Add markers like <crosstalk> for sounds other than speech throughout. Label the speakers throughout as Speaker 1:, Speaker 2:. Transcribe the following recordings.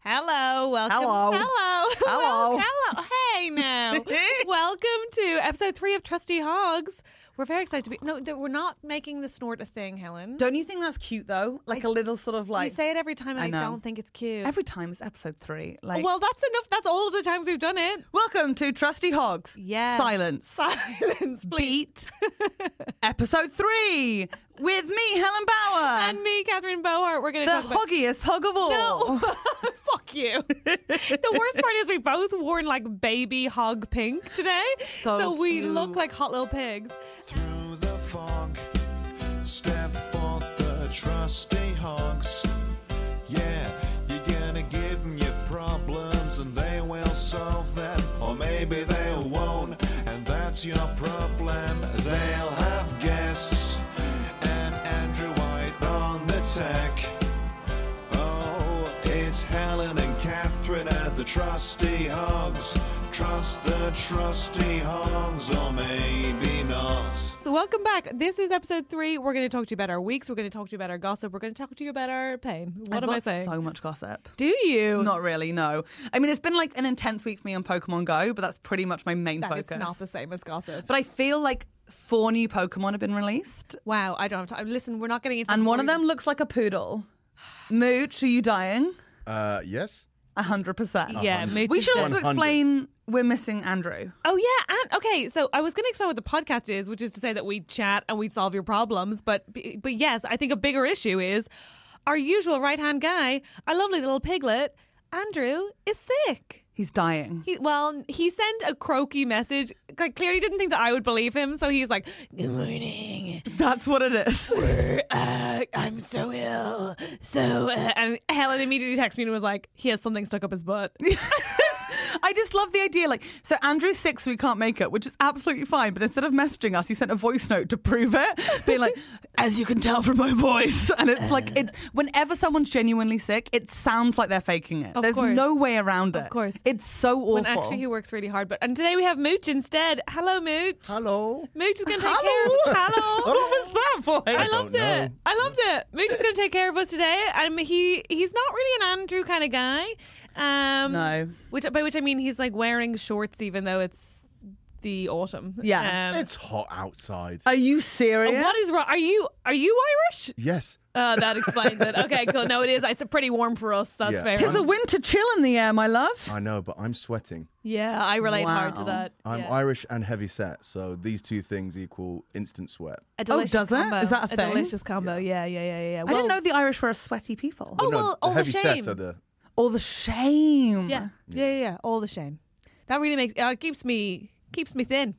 Speaker 1: Hello, welcome.
Speaker 2: Hello.
Speaker 1: hello, <laughs>
Speaker 2: Hello.
Speaker 1: Well- hello. Hey
Speaker 2: <laughs>
Speaker 1: now, welcome to episode three of Trusty Hogs. We're very excited to be. No, th- we're not making the snort a thing, Helen.
Speaker 2: Mm-hmm. Don't you think that's cute though? Like a little sort of like
Speaker 1: you say it every time, and I,
Speaker 2: I know.
Speaker 1: don't think it's cute.
Speaker 2: every time it's episode three. Like
Speaker 1: Oh, well, that's enough. That's all of the times we've done it.
Speaker 2: welcome to Trusty Hogs.
Speaker 1: Yeah.
Speaker 2: Silence.
Speaker 1: Silence, please.
Speaker 2: Beat. episode three with me, Helen Bauer,
Speaker 1: <laughs> <laughs> And me, Catherine Bohart. We're going to
Speaker 2: the
Speaker 1: talk about.
Speaker 2: hoggiest hog of all. Oh,
Speaker 1: No, <laughs> fuck you. the worst part is we both worn like baby hog pink today,
Speaker 2: So
Speaker 1: we
Speaker 2: cute.
Speaker 1: look like hot little pigs.
Speaker 3: Through the fog, step forth the trusty hogs. Yeah, you're gonna give 'em your problems and they will solve them. Or maybe they won't, and that's your problem. They'll have guests and Andrew White on the tech. Oh, it's Helen and Catherine as the trusty hogs. Trust the trusty hogs, or maybe not.
Speaker 1: So welcome back. This is episode three. We're going to talk to you about our weeks. We're going to talk to you about our gossip. We're going to talk to you about our pain. What
Speaker 2: I've
Speaker 1: am I
Speaker 2: got
Speaker 1: saying?
Speaker 2: So much gossip.
Speaker 1: Do you?
Speaker 2: Not really, no. I mean, it's been like an intense week for me on Pokemon Go, but that's pretty much my main
Speaker 1: That is
Speaker 2: focus.
Speaker 1: not the same as gossip.
Speaker 2: but I feel like four new Pokemon have been released,
Speaker 1: wow, I don't have time. Listen, we're not getting into.
Speaker 2: and
Speaker 1: the
Speaker 2: one of
Speaker 1: boring-
Speaker 2: them looks like a poodle. Mooch, are you dying?
Speaker 4: Uh, yes.
Speaker 2: hundred percent.
Speaker 1: Yeah, Mooch
Speaker 2: We
Speaker 1: is
Speaker 2: should
Speaker 1: dead.
Speaker 2: also
Speaker 4: 100.
Speaker 2: explain we're missing Andrew.
Speaker 1: Oh yeah, and okay. So I was going to explain what the podcast is, which is to say that we chat and we solve your problems. But but yes, I think a bigger issue is our usual right hand guy, our lovely little piglet, Andrew, is sick.
Speaker 2: He's dying.
Speaker 1: He, well, he sent a croaky message. I clearly didn't think that I would believe him, so he's like, "Good morning,
Speaker 2: That's what it is.
Speaker 1: uh, I'm so ill." So uh, and Helen immediately texted me and was like, "He has something stuck up his butt."
Speaker 2: <laughs> I just love the idea. Like, so Andrew's sick, so we can't make it, which is absolutely fine. But instead of messaging us, he sent a voice note to prove it, being like, "As you can tell from my voice," and it's like, it, whenever someone's genuinely sick, it sounds like they're faking it.
Speaker 1: Of
Speaker 2: There's
Speaker 1: course.
Speaker 2: no way around it.
Speaker 1: Of course.
Speaker 2: it's so awful.
Speaker 1: When actually he works really hard, but and today we have Mooch instead. Hello, Mooch.
Speaker 4: Hello.
Speaker 1: Mooch is going to take
Speaker 2: Hello.
Speaker 1: care.
Speaker 2: <laughs>
Speaker 1: Of,
Speaker 2: what
Speaker 1: hello.
Speaker 2: was that voice?
Speaker 1: I,
Speaker 4: don't
Speaker 1: loved
Speaker 4: know.
Speaker 1: it. I loved it. Mooch is going to take care of us today. Um, he he's not really an Andrew kind of guy. Um,
Speaker 2: No.
Speaker 1: Which by which I mean he's like wearing shorts even though it's the autumn.
Speaker 2: Yeah.
Speaker 1: Um,
Speaker 4: It's hot outside.
Speaker 2: Are you serious?
Speaker 1: what is wrong? Are you are you Irish?
Speaker 4: yes.
Speaker 1: Uh, that explains it. Okay, cool. No, it is. It's pretty warm for us. That's
Speaker 4: Yeah.
Speaker 1: fair.
Speaker 2: Tis a winter chill in the air, my love.
Speaker 4: I know, but I'm sweating.
Speaker 1: <laughs> yeah, I relate hard to
Speaker 2: Wow.
Speaker 1: that.
Speaker 4: I'm
Speaker 1: yeah.
Speaker 4: Irish and heavy set, so these two things equal instant sweat.
Speaker 1: A delicious
Speaker 2: Oh, does it?
Speaker 1: combo.
Speaker 2: Is that a thing?
Speaker 1: delicious combo? Yeah, yeah, yeah, yeah. yeah.
Speaker 2: I
Speaker 1: Well-
Speaker 2: didn't know the Irish were a sweaty people.
Speaker 1: Oh,
Speaker 4: But
Speaker 1: well,
Speaker 4: the
Speaker 1: all the
Speaker 4: heavy
Speaker 1: shame.
Speaker 4: sets are the.
Speaker 2: All the shame.
Speaker 1: Yeah. yeah, yeah, yeah. All the shame. That really makes uh, keeps me keeps me thin.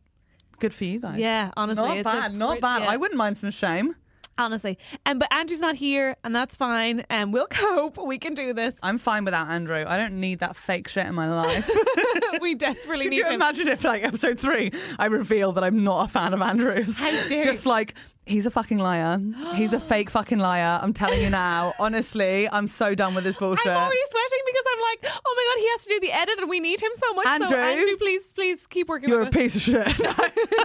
Speaker 2: Good for you guys.
Speaker 1: Yeah, honestly,
Speaker 2: Not
Speaker 1: it's
Speaker 2: bad,
Speaker 1: a
Speaker 2: not
Speaker 1: great-
Speaker 2: bad.
Speaker 1: yeah.
Speaker 2: I wouldn't mind some shame.
Speaker 1: honestly. And but Andrew's not here, and that's fine. And we'll cope. We can do
Speaker 2: <laughs>
Speaker 1: this. <laughs>
Speaker 2: I'm fine without Andrew. I don't need that fake shit in my life.
Speaker 1: we desperately
Speaker 2: Can
Speaker 1: need
Speaker 2: you
Speaker 1: him.
Speaker 2: imagine if, like, episode three, I reveal that I'm not a fan of Andrew's?
Speaker 1: How dare you.
Speaker 2: Just like, He's a fucking liar. He's
Speaker 1: <gasps>
Speaker 2: a fake fucking liar. I'm telling you now. Honestly, I'm so done with this bullshit.
Speaker 1: I'm already sweating because I'm like, oh my god, he has to do the edit, and we need him so much. so
Speaker 2: Andrew?
Speaker 1: Andrew, please, please keep working.
Speaker 2: You're a
Speaker 1: with us.
Speaker 2: piece of shit.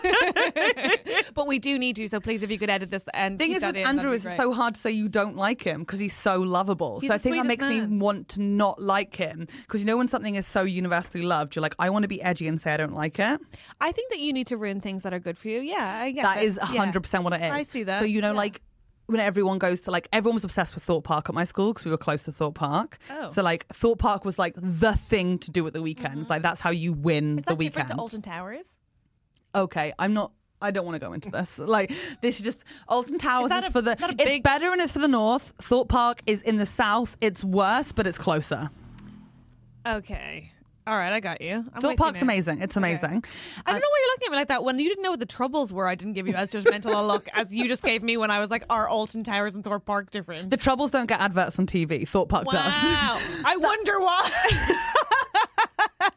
Speaker 1: <laughs> but we do need you, so please, if you could edit this and
Speaker 2: thing
Speaker 1: keep
Speaker 2: is
Speaker 1: that
Speaker 2: with
Speaker 1: in, that'd
Speaker 2: Andrew
Speaker 1: be
Speaker 2: is
Speaker 1: great.
Speaker 2: so hard to say you don't like him because he's so lovable.
Speaker 1: He's
Speaker 2: so I
Speaker 1: the
Speaker 2: think that makes
Speaker 1: sweetest man.
Speaker 2: me want to not like him because you know when something is so universally loved, you're like, I want to be edgy and say I don't like it.
Speaker 1: I think that you need to ruin things that are good for you. Yeah, I get
Speaker 2: That is
Speaker 1: Yeah.
Speaker 2: hundred percent what it is.
Speaker 1: I see that.
Speaker 2: So you know,
Speaker 1: Yeah.
Speaker 2: like when everyone goes to like everyone was obsessed with Thought Park at my school because we were close to Thought Park.
Speaker 1: Oh.
Speaker 2: So like Thought Park was like the thing to do at the weekends. Like that's how you win
Speaker 1: Mm-hmm. Is
Speaker 2: the
Speaker 1: that
Speaker 2: weekend.
Speaker 1: different to Alton Towers?
Speaker 2: okay, I'm not. I don't want to go
Speaker 1: <laughs>
Speaker 2: into this. Like this is just Alton Towers
Speaker 1: that
Speaker 2: is
Speaker 1: a-
Speaker 2: for the.
Speaker 1: is that a
Speaker 2: it's
Speaker 1: big-
Speaker 2: better and it's for the north. Thought Park is in the south. It's worse, but it's closer.
Speaker 1: Okay, all right, I got you. I'm
Speaker 2: Thought
Speaker 1: with you
Speaker 2: Park's
Speaker 1: now.
Speaker 2: amazing. It's amazing. Uh,
Speaker 1: I don't know why you're looking at me like that. When you didn't know what the troubles were, I didn't give you as judgmental a look as you just gave me when I was like, "Are Alton Towers and Thorpe Park different?"
Speaker 2: The Troubles don't get adverts on TV. Thought Park does.
Speaker 1: wow, I wonder why.
Speaker 2: <laughs>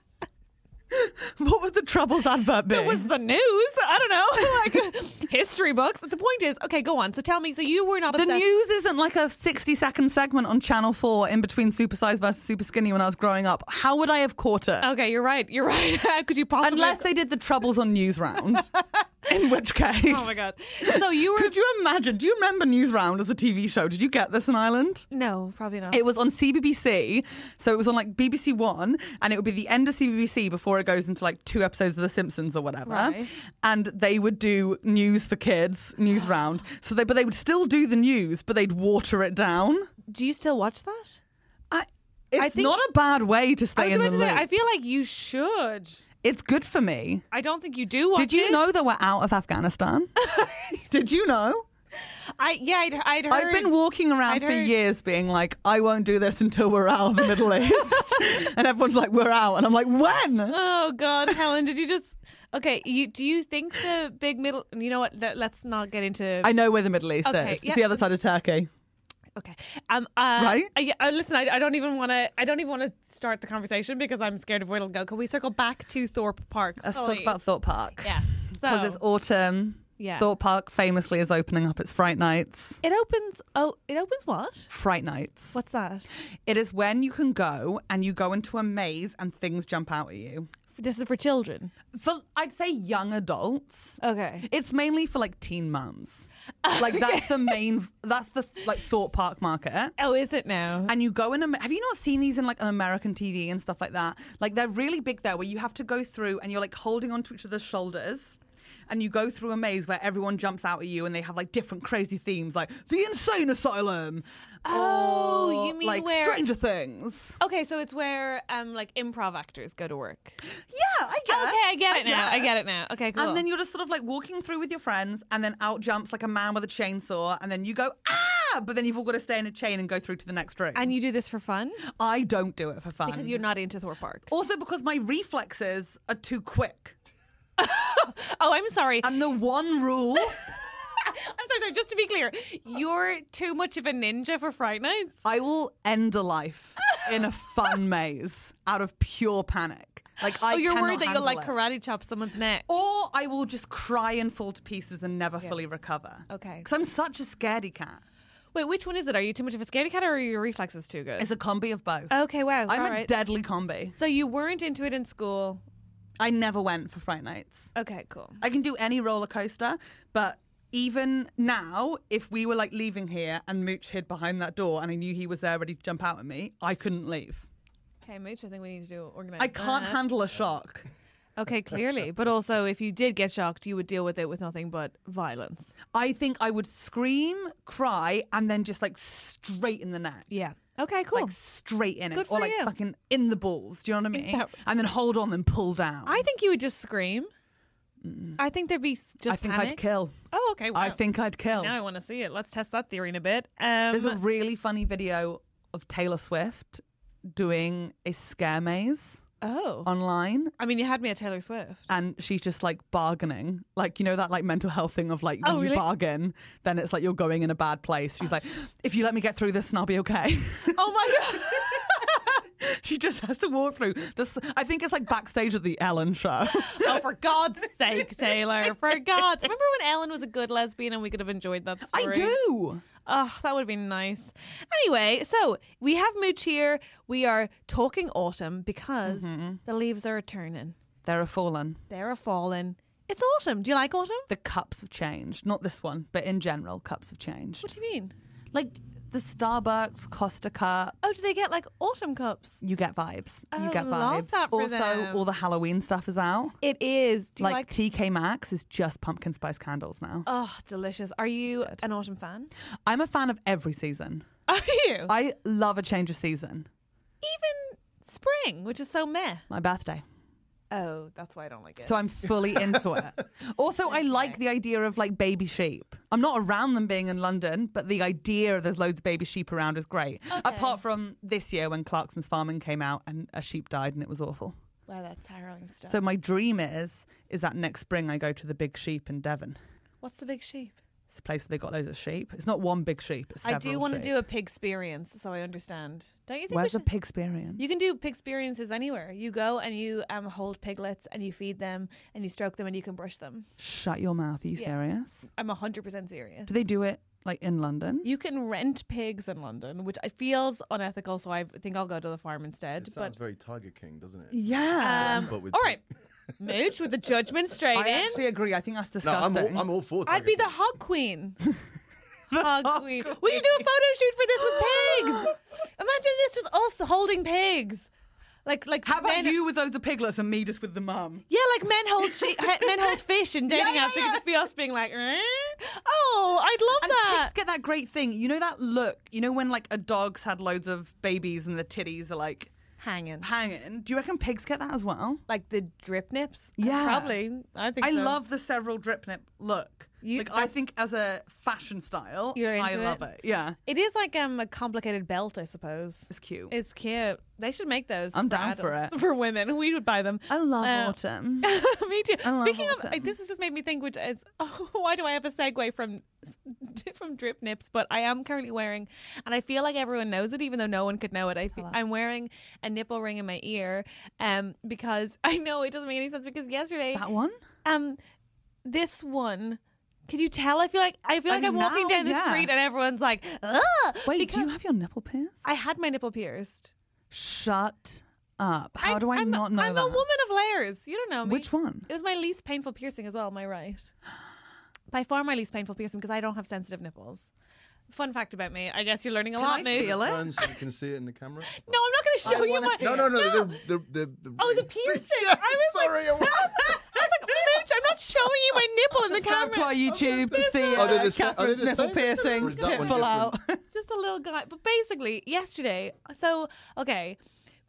Speaker 1: <laughs>
Speaker 2: what would the Troubles advert be?
Speaker 1: It was the news. I don't know, <laughs> like history books. The point is, okay, go on. So tell me. So you were not
Speaker 2: The
Speaker 1: obsessed.
Speaker 2: news isn't like a 60 second segment on Channel 4 in between Super Size versus Super Skinny when I was growing up. How would I have caught it?
Speaker 1: Okay, you're right. You're right. <laughs> How could you possibly?
Speaker 2: Unless they did the Troubles on News Round.
Speaker 1: <laughs>
Speaker 2: in which case.
Speaker 1: Oh my god. So you were.
Speaker 2: Could you imagine? Do you remember News Round as a TV show? Did you get this in Ireland?
Speaker 1: No, probably not.
Speaker 2: It was on CBBC, so it was on like BBC One, and it would be the end of CBBC before it goes into like two episodes of The Simpsons or whatever.
Speaker 1: Right.
Speaker 2: And they would do news for kids, news <gasps> round. So they, but they would still do the news, but they'd water it down.
Speaker 1: Do you still watch that?
Speaker 2: I, it's
Speaker 1: I think-
Speaker 2: not a bad way to
Speaker 1: I
Speaker 2: stay
Speaker 1: was
Speaker 2: in
Speaker 1: about
Speaker 2: the
Speaker 1: to
Speaker 2: loop.
Speaker 1: say. I feel like you should.
Speaker 2: it's good for me.
Speaker 1: I don't think you do. Watch
Speaker 2: Did you
Speaker 1: it.
Speaker 2: know that we're out of <laughs> Afghanistan? Did you know?
Speaker 1: I yeah. I'd, I'd heard.
Speaker 2: I've been walking around
Speaker 1: I'd
Speaker 2: for
Speaker 1: heard-
Speaker 2: years being like, I won't do this until we're out of
Speaker 1: <laughs>
Speaker 2: the Middle East. and everyone's like, we're out. And I'm like, when?
Speaker 1: Oh God, Helen, did you just? Okay, you do you think the big middle? You know what? Let, let's not get into.
Speaker 2: I know where the Middle East
Speaker 1: Okay,
Speaker 2: is. It's
Speaker 1: yeah.
Speaker 2: the other side of Turkey.
Speaker 1: Okay. Um. Uh,
Speaker 2: Right?
Speaker 1: I, yeah, uh, listen, I, I don't even want to. I don't even want to start the conversation because I'm scared of where it'll go. Can we circle back to Thorpe Park?
Speaker 2: Let's talk
Speaker 1: please?
Speaker 2: about Thorpe Park.
Speaker 1: <laughs> Yeah.
Speaker 2: Because
Speaker 1: So
Speaker 2: it's autumn.
Speaker 1: Yeah.
Speaker 2: Thorpe Park famously is opening up its Fright Nights.
Speaker 1: it opens. Oh, it opens what?
Speaker 2: Fright Nights.
Speaker 1: What's that?
Speaker 2: It is when you can go and you go into a maze and things jump out at you.
Speaker 1: This is for children.
Speaker 2: For I'd say young adults.
Speaker 1: Okay.
Speaker 2: It's mainly for like teen
Speaker 1: <laughs>
Speaker 2: mums. Like that's the main. That's the like Thought Park market.
Speaker 1: Oh, is it now?
Speaker 2: And you go in. Am- Have you not seen these in like an American TV and stuff like that? Like they're really big there, where you have to go through and you're like holding onto each other's shoulders. And you go through a maze where everyone jumps out at you, and they have like different crazy themes, like the insane asylum.
Speaker 1: Oh,
Speaker 2: or,
Speaker 1: you mean
Speaker 2: like
Speaker 1: where-
Speaker 2: Stranger Things?
Speaker 1: okay, so it's where um like improv actors go to work.
Speaker 2: Yeah, I get.
Speaker 1: Okay, I get it now. I
Speaker 2: it.
Speaker 1: get it now. Okay, cool.
Speaker 2: And then you're just sort of like walking through with your friends, and then out jumps like a man with a chainsaw, and then you go ah! But then you've all got to stay in a chain and go through to the next room.
Speaker 1: and you do this for fun
Speaker 2: I don't do it for fun
Speaker 1: because you're not into Thorpe Park.
Speaker 2: Also, because my reflexes are too quick.
Speaker 1: Oh, I'm sorry.
Speaker 2: And the
Speaker 1: <laughs>
Speaker 2: one rule,
Speaker 1: I'm sorry, sorry. Just to be clear, you're too much of a ninja for Fright Nights.
Speaker 2: I will end a life in a fun maze out of pure panic. Like I
Speaker 1: oh, you're worried
Speaker 2: cannot
Speaker 1: that you'll like
Speaker 2: handle Oh. it.
Speaker 1: karate chop someone's neck.
Speaker 2: Or I will just cry and fall to pieces and never fully recover.
Speaker 1: Okay.
Speaker 2: Because I'm such a scaredy cat.
Speaker 1: Wait, which one is it? Are you too much of a scaredy cat or are your reflexes too good?
Speaker 2: It's a combi of both.
Speaker 1: okay, wow.
Speaker 2: I'm
Speaker 1: all
Speaker 2: a
Speaker 1: right.
Speaker 2: deadly combi.
Speaker 1: so you weren't into it in school.
Speaker 2: I never went for Fright Nights.
Speaker 1: Okay, cool.
Speaker 2: I can do any roller coaster, but even now, if we were like leaving here and Mooch hid behind that door and I knew he was there ready to jump out at me, I couldn't leave.
Speaker 1: Okay, Mooch, I think we need to do organize.
Speaker 2: I can't
Speaker 1: that.
Speaker 2: handle a shock.
Speaker 1: Okay, clearly. But also, if you did get shocked, you would deal with it with nothing but violence.
Speaker 2: I think I would scream, cry, and then just like straight in the neck.
Speaker 1: Yeah. Okay, cool.
Speaker 2: Like straight in it.
Speaker 1: Good
Speaker 2: or
Speaker 1: for
Speaker 2: like
Speaker 1: you.
Speaker 2: fucking in the balls. Do you know what I mean?
Speaker 1: that-
Speaker 2: And then hold on and pull down.
Speaker 1: I think you would just scream. I think there'd be s- just
Speaker 2: I think
Speaker 1: panic.
Speaker 2: I'd kill.
Speaker 1: Oh, okay. Wow.
Speaker 2: I think I'd kill.
Speaker 1: now I want to see it. Let's test that theory in Oh. a bit. Um,
Speaker 2: There's a really funny video of Taylor Swift doing a scare maze
Speaker 1: oh,
Speaker 2: online
Speaker 1: I mean, you had me at Taylor Swift.
Speaker 2: and she's just like bargaining like you know that like mental health thing of like when
Speaker 1: Oh,
Speaker 2: you
Speaker 1: really?
Speaker 2: bargain then it's like you're going in a <laughs> bad place she's like if you let me get through this and i'll be okay
Speaker 1: <laughs> Oh my Oh god.
Speaker 2: <laughs> she just has to walk through this. I think it's like backstage at the Ellen show. <laughs>
Speaker 1: Oh, for God's sake, Taylor. For God's Remember when Ellen was a good lesbian and we could have enjoyed that story?
Speaker 2: I do.
Speaker 1: Oh, that would have been nice. Anyway, so we have Mooch here. We are talking autumn because the leaves are turning.
Speaker 2: They're a fallen.
Speaker 1: They're a falling. It's autumn. Do you like autumn?
Speaker 2: The cups have changed. Not this one, but in general, cups have changed.
Speaker 1: What do you mean?
Speaker 2: Like the Starbucks Costa cup.
Speaker 1: Oh, do they get like autumn cups?
Speaker 2: You get vibes. you
Speaker 1: Oh,
Speaker 2: get vibes.
Speaker 1: love that for
Speaker 2: also,
Speaker 1: them.
Speaker 2: all the Halloween stuff is out.
Speaker 1: It is. Do you like,
Speaker 2: like, TK Maxx is just pumpkin spice candles now.
Speaker 1: Oh, delicious. Are you an autumn fan?
Speaker 2: I'm a fan of every season.
Speaker 1: <laughs> Are you?
Speaker 2: I love a change of season.
Speaker 1: Even spring, which is so meh.
Speaker 2: My birthday.
Speaker 1: Oh, that's why I don't like it.
Speaker 2: So I'm fully
Speaker 1: <laughs>
Speaker 2: into it. Also, I like the idea of like baby sheep. I'm not around them being in London, but the idea there's loads of baby sheep around is great. Apart from this year when Clarkson's Farming came out and a sheep died and it was awful.
Speaker 1: Wow, that's harrowing stuff.
Speaker 2: So my dream is is that next spring I go to the Big Sheep in Devon.
Speaker 1: What's the big sheep?
Speaker 2: It's a place where they got loads of sheep. It's not one big sheep. It's
Speaker 1: I do
Speaker 2: want
Speaker 1: want to do a pig experience, so I understand. Don't you think? we
Speaker 2: Where's the
Speaker 1: should-
Speaker 2: pig experience?
Speaker 1: You can do pig experiences anywhere. You go and you um, hold piglets and you feed them and you stroke them and you can brush them.
Speaker 2: Shut your mouth. Are you
Speaker 1: Yeah.
Speaker 2: serious?
Speaker 1: I'm 100% serious.
Speaker 2: Do they do it like in London?
Speaker 1: You can rent pigs in London, which I feels unethical, so I think I'll go to the farm instead.
Speaker 4: It sounds
Speaker 1: but
Speaker 4: very Tiger King, doesn't it?
Speaker 2: yeah.
Speaker 1: um,
Speaker 4: But with
Speaker 1: all right, Mooch with the judgment straight
Speaker 2: Ah. I
Speaker 1: in.
Speaker 2: actually agree. I think that's
Speaker 4: No, I'm
Speaker 2: disgusting.
Speaker 4: all, I'm all for Tiger
Speaker 1: I'd be the
Speaker 4: King.
Speaker 1: hog
Speaker 2: <laughs>
Speaker 1: queen. hog queen. We should do a photo shoot for this with pigs. Imagine this just us holding pigs. Like like
Speaker 2: How about
Speaker 1: men,
Speaker 2: you with those of piglets and me just with the mum?
Speaker 1: Yeah, like men hold she- he- men hold fish and dating
Speaker 2: <laughs> yeah,
Speaker 1: apps. It could just be us being like, "Eh? oh, I'd love
Speaker 2: And
Speaker 1: that.
Speaker 2: pigs get that great thing. You know that look? You know when like a dog's had loads of babies and the titties are like
Speaker 1: Hanging
Speaker 2: hanging? Do you reckon pigs get that as well?
Speaker 1: like the drip nips.
Speaker 2: Yeah.
Speaker 1: probably. I think
Speaker 2: I
Speaker 1: so.
Speaker 2: love the several drip nip look.
Speaker 1: You-
Speaker 2: like I
Speaker 1: that's-
Speaker 2: think as a fashion style,
Speaker 1: You're
Speaker 2: I
Speaker 1: into
Speaker 2: love
Speaker 1: it?
Speaker 2: it. Yeah,
Speaker 1: It is like um, a complicated belt, I suppose.
Speaker 2: it's cute.
Speaker 1: It's cute. They should make those.
Speaker 2: I'm
Speaker 1: for
Speaker 2: down for
Speaker 1: adults, <laughs>
Speaker 2: it.
Speaker 1: For women, we would buy them.
Speaker 2: I love
Speaker 1: Uh, <laughs>
Speaker 2: autumn.
Speaker 1: Me too.
Speaker 2: I love
Speaker 1: Speaking of,
Speaker 2: autumn.
Speaker 1: this has just made me think. Which is, <laughs> oh, why do I have a segue from <laughs> from drip nips? But I am currently wearing, and I feel like everyone knows it, even though no one could know it. I feel, I'm wearing a nipple ring in my ear, um, because <laughs> I know it doesn't make any sense. Because yesterday,
Speaker 2: that one.
Speaker 1: um, this one. Can you tell? I feel like I feel like
Speaker 2: Uh,
Speaker 1: I'm walking
Speaker 2: now,
Speaker 1: down the
Speaker 2: yeah.
Speaker 1: street and everyone's like, "Ugh!"
Speaker 2: Wait,
Speaker 1: because
Speaker 2: do you have your nipple pierced?
Speaker 1: I had my nipple pierced.
Speaker 2: Shut up. How
Speaker 1: I'm-
Speaker 2: do I
Speaker 1: I'm,
Speaker 2: not know
Speaker 1: I'm
Speaker 2: that?
Speaker 1: a woman of layers. You don't know me.
Speaker 2: Which one?
Speaker 1: It was my least painful piercing as well. Am I right? <gasps> By far, my least painful piercing because I don't have sensitive nipples. Fun fact about me. I guess you're learning a
Speaker 2: Can
Speaker 1: lot, <laughs>
Speaker 2: I
Speaker 1: Mood.
Speaker 2: feel it?
Speaker 4: Turn so you can see it in the camera.
Speaker 1: No, I'm not going to show
Speaker 2: I
Speaker 1: you
Speaker 2: wanna
Speaker 1: my.
Speaker 2: see
Speaker 4: No, no, no. The, the, the, the
Speaker 1: Oh,
Speaker 4: <laughs>
Speaker 1: the
Speaker 4: ring.
Speaker 1: piercing.
Speaker 4: Yeah,
Speaker 1: I was like-
Speaker 4: sorry. I was-
Speaker 1: I was like, Mooch, I'm not showing you my nipple in the
Speaker 2: Subscribe
Speaker 1: camera.
Speaker 2: to our YouTube to see
Speaker 4: Are they
Speaker 2: uh,
Speaker 4: the sa- are they
Speaker 2: Catherine's
Speaker 4: the
Speaker 2: nipple
Speaker 4: same?
Speaker 2: piercing
Speaker 4: Or is that one
Speaker 2: tipful out.
Speaker 1: It's just a little guy. But basically, yesterday, so okay,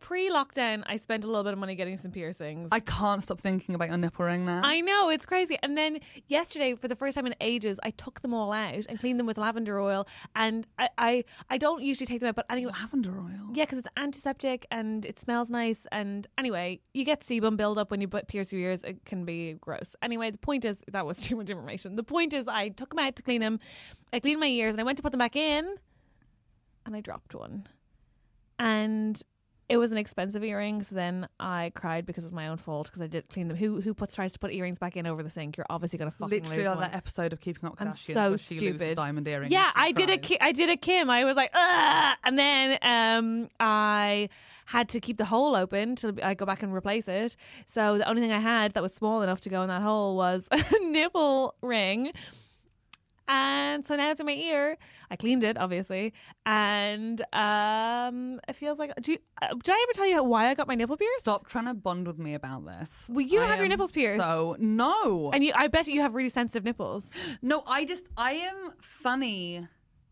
Speaker 1: pre-lockdown, I spent a little bit of money getting some piercings.
Speaker 2: I can't stop thinking about your nipple ring now.
Speaker 1: I know it's crazy. And then yesterday, for the first time in ages, I took them all out and cleaned them with lavender oil. And I, I, I don't usually take them out, but anyway,
Speaker 2: Lavender oil.
Speaker 1: yeah, because it's antiseptic and it smells nice. And anyway, you get sebum buildup when you bu- pierce your ears. It can be gross. Anyway, the point is that was <laughs> too much information. The point is, I took them out to clean them. I cleaned my ears and I went to put them back in, and I dropped one, and. It was an expensive earring, so then I cried because it's my own fault because I did clean them. Who who puts tries to put earrings back in over the sink? You're obviously gonna fucking
Speaker 2: Literally
Speaker 1: lose
Speaker 2: like
Speaker 1: one.
Speaker 2: that episode of Keeping Up with
Speaker 1: I'm
Speaker 2: Kardashians
Speaker 1: so
Speaker 2: where she loses
Speaker 1: stupid.
Speaker 2: diamond earring.
Speaker 1: Yeah,
Speaker 2: and she
Speaker 1: I did a
Speaker 2: cries.
Speaker 1: Ki- I did a Kim. I was like, Ugh! and then um, I had to keep the hole open till I go back and replace it. So the only thing I had that was small enough to go in that hole was <laughs> a nipple ring. And so now it's in my ear. I cleaned it, obviously, and um, it feels like. Do you, uh, did I ever tell you why I got my nipple pierced?
Speaker 2: Stop trying to bond with me about this.
Speaker 1: Well, you
Speaker 2: I
Speaker 1: have your
Speaker 2: am
Speaker 1: nipples pierced.
Speaker 2: So no,
Speaker 1: And you, I bet you have really sensitive nipples.
Speaker 2: no. I just I am funny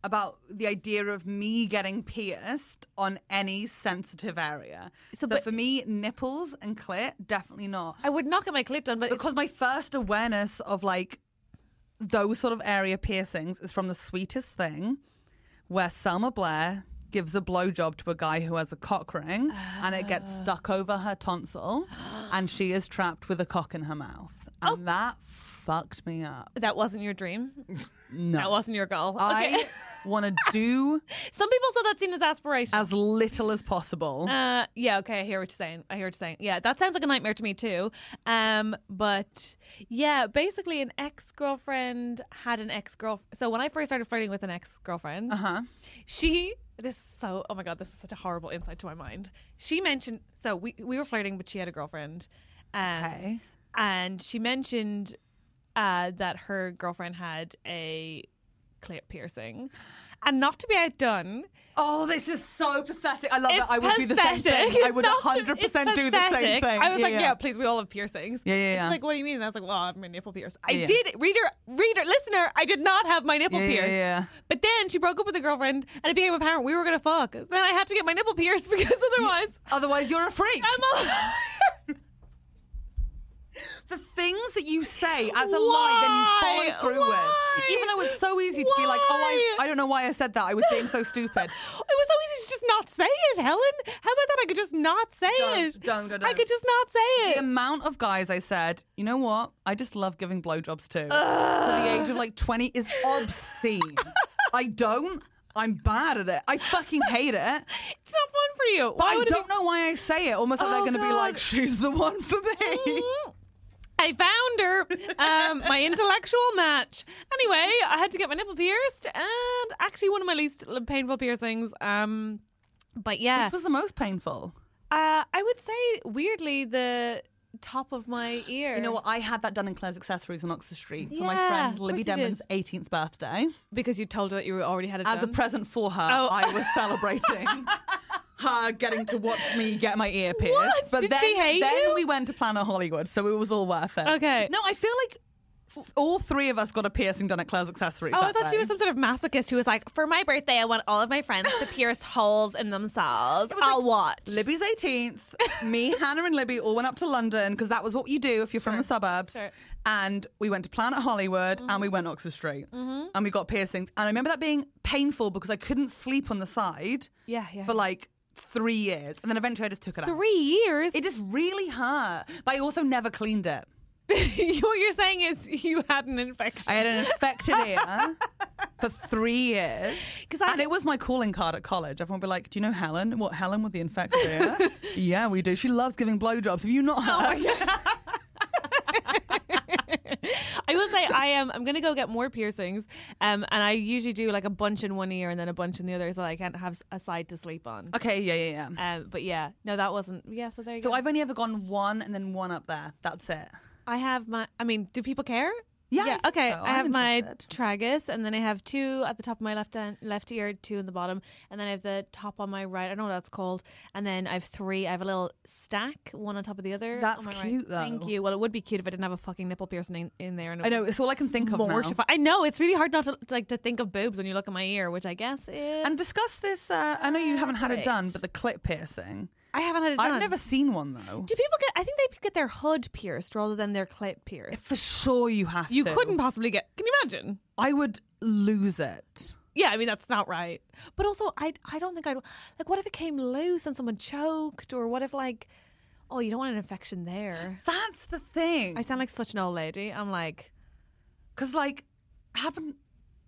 Speaker 2: about the idea of me getting pierced on any sensitive area.
Speaker 1: So,
Speaker 2: So,
Speaker 1: but-
Speaker 2: for me, nipples and clit definitely not.
Speaker 1: I would not get my clit done, but
Speaker 2: because my first awareness of like those sort of area piercings is from the sweetest thing where Selma Blair gives a blowjob to a guy who has a cock ring and it gets
Speaker 1: Ah.
Speaker 2: stuck over her
Speaker 1: <gasps>
Speaker 2: tonsil and she is trapped with a cock in her mouth.
Speaker 1: Oh.
Speaker 2: And that fucked me up.
Speaker 1: that wasn't your dream.
Speaker 2: <laughs> No. <laughs>
Speaker 1: That wasn't your goal.
Speaker 2: I want to do
Speaker 1: Some people saw that scene as aspiration.
Speaker 2: as little as possible.
Speaker 1: Uh, yeah, okay, I hear what you're saying. I hear what you're saying. Yeah, that sounds like a nightmare to me too. Um, but yeah, basically, an ex girlfriend had an ex girl. So when I first started flirting with an ex girlfriend,
Speaker 2: Uh-huh.
Speaker 1: she this is so oh my god, this is such a horrible insight to my mind. She mentioned so we we were flirting, but she had a girlfriend. Um,
Speaker 2: Okay.
Speaker 1: and she mentioned uh, that her girlfriend had a clit piercing, and not to be outdone.
Speaker 2: Oh, this is so pathetic. I love
Speaker 1: It's
Speaker 2: it. I would do the same
Speaker 1: pathetic.
Speaker 2: thing. I would
Speaker 1: Not to-
Speaker 2: 100%
Speaker 1: it's
Speaker 2: do the same
Speaker 1: pathetic.
Speaker 2: thing.
Speaker 1: I was like, yeah. please, we all have piercings.
Speaker 2: Yeah, yeah,
Speaker 1: And she's
Speaker 2: yeah.
Speaker 1: like, what do you mean? And I was like, well, I have my nipple pierced. I
Speaker 2: Yeah, yeah.
Speaker 1: did, reader, reader, listener, I did not have my nipple
Speaker 2: Yeah, yeah,
Speaker 1: pierced.
Speaker 2: yeah.
Speaker 1: But then she broke up with a girlfriend, and it became apparent we were going to fuck. Then I had to get my nipple pierced <laughs> because otherwise
Speaker 2: Otherwise, you're a freak.
Speaker 1: I'm all.
Speaker 2: the things that you say as a lie, then
Speaker 1: Why?
Speaker 2: you follow through
Speaker 1: Why?
Speaker 2: with. Even though it's so easy to be like, oh, I,
Speaker 1: Why?
Speaker 2: I don't know why I said that. I was being
Speaker 1: <laughs>
Speaker 2: so stupid.
Speaker 1: It was so easy to just not say it, Helen. How about that? I could just not say
Speaker 2: Don't,
Speaker 1: it.
Speaker 2: don't, don't,
Speaker 1: I
Speaker 2: don't.
Speaker 1: could just not say it.
Speaker 2: the amount of guys I said, you know what? I just love giving blowjobs too. To the age of like 20 is
Speaker 1: <laughs>
Speaker 2: obscene. I don't. I'm bad at it. I fucking
Speaker 1: <laughs>
Speaker 2: hate it.
Speaker 1: It's not fun for you. Why
Speaker 2: I
Speaker 1: would it
Speaker 2: don't know why I say it. Almost like
Speaker 1: Oh,
Speaker 2: they're going to be like,
Speaker 1: God.
Speaker 2: she's the one for me.
Speaker 1: Mm. I found her, um, my intellectual match. Anyway, I had to get my nipple pierced, and actually one of my least painful piercings. Um, but <laughs> yeah,
Speaker 2: Which was the most painful.
Speaker 1: uh, I would say weirdly the top of my ear.
Speaker 2: <gasps> You know what? I had that done in Claire's Accessories on Oxford Street for my
Speaker 1: Yeah,
Speaker 2: friend
Speaker 1: of course
Speaker 2: Libby
Speaker 1: you
Speaker 2: Denman's 18th birthday.
Speaker 1: Because you told her that you already had it
Speaker 2: As a
Speaker 1: done.
Speaker 2: present for her,
Speaker 1: Oh.
Speaker 2: I was celebrating
Speaker 1: <laughs>
Speaker 2: her getting to watch me get my ear pierced.
Speaker 1: What?
Speaker 2: But
Speaker 1: Did
Speaker 2: then,
Speaker 1: she hate
Speaker 2: then
Speaker 1: you?
Speaker 2: we went to Planet Hollywood, so it was all worth it.
Speaker 1: Okay.
Speaker 2: No, I feel like f- all three of us got a piercing done at Claire's Accessories.
Speaker 1: Oh, I
Speaker 2: that
Speaker 1: thought she
Speaker 2: day.
Speaker 1: was some sort of masochist who was like, for my birthday, I want all of my friends
Speaker 2: <laughs>
Speaker 1: to pierce holes in themselves. I'll watch.
Speaker 2: Libby's 18th.
Speaker 1: <laughs>
Speaker 2: Me, Hannah, and Libby all went up to London because that was what you do if you're from the suburbs.
Speaker 1: Sure. Mm-hmm.
Speaker 2: And we went to Planet Hollywood and we went Oxford Street and we got piercings. And I remember that being painful because I couldn't sleep on the side
Speaker 1: Yeah, yeah.
Speaker 2: for like three years. And then eventually I just took it out.
Speaker 1: Three years.
Speaker 2: It just really hurt. But I also never cleaned it.
Speaker 1: <laughs> what you're saying is you had an infection.
Speaker 2: I had an infected
Speaker 1: <laughs>
Speaker 2: ear for three years.
Speaker 1: 'Cause I-
Speaker 2: and it was my calling card at college. Everyone would be like, Do you know Helen? What, Helen with the infected ear?
Speaker 1: <laughs>
Speaker 2: yeah, we do. She loves giving blowjobs. Have you
Speaker 1: Oh,
Speaker 2: not
Speaker 1: <laughs>
Speaker 2: heard?
Speaker 1: I will say I am. I'm gonna go get more piercings, um, and I usually do like a bunch in one ear and then a bunch in the other, so that I can't have a side to sleep on.
Speaker 2: okay, yeah, yeah, yeah.
Speaker 1: Um, but yeah, no, that wasn't. Yeah, so there you
Speaker 2: so
Speaker 1: go.
Speaker 2: I've only ever gone one and then one up there. That's it.
Speaker 1: I have my. I mean, do people care?
Speaker 2: Yeah, I think
Speaker 1: okay.
Speaker 2: so.
Speaker 1: I
Speaker 2: I'm
Speaker 1: have my
Speaker 2: interested.
Speaker 1: tragus, and then I have two at the top of my left hand, left ear, two in the bottom, and then I have the top on my right. I don't know what that's called. And then I have three. I have a little stack, one on top of the other. on
Speaker 2: That's
Speaker 1: my right.
Speaker 2: cute, though.
Speaker 1: Thank you. Well, it would be cute if I didn't have a fucking nipple piercing in, in there. And it
Speaker 2: I
Speaker 1: was-
Speaker 2: know, it's all I can think of now.
Speaker 1: mortified. I know it's really hard not to like to think of boobs when you look at my ear, which I guess is.
Speaker 2: And discuss this. Uh, I know you haven't had it done,
Speaker 1: Great.
Speaker 2: but the clip piercing.
Speaker 1: I haven't had it done.
Speaker 2: I've never seen one though.
Speaker 1: Do people get? I think they get their hood pierced rather than their clit pierced.
Speaker 2: For sure, you have
Speaker 1: You
Speaker 2: to.
Speaker 1: couldn't possibly get. Can you imagine?
Speaker 2: I would lose it.
Speaker 1: Yeah, I mean that's not right. But also, I I don't think I'd like. What if it came loose and someone choked, or what if like, oh, you don't want an infection there.
Speaker 2: That's the thing.
Speaker 1: I sound like such an old lady. I'm like,
Speaker 2: Because, like, haven't.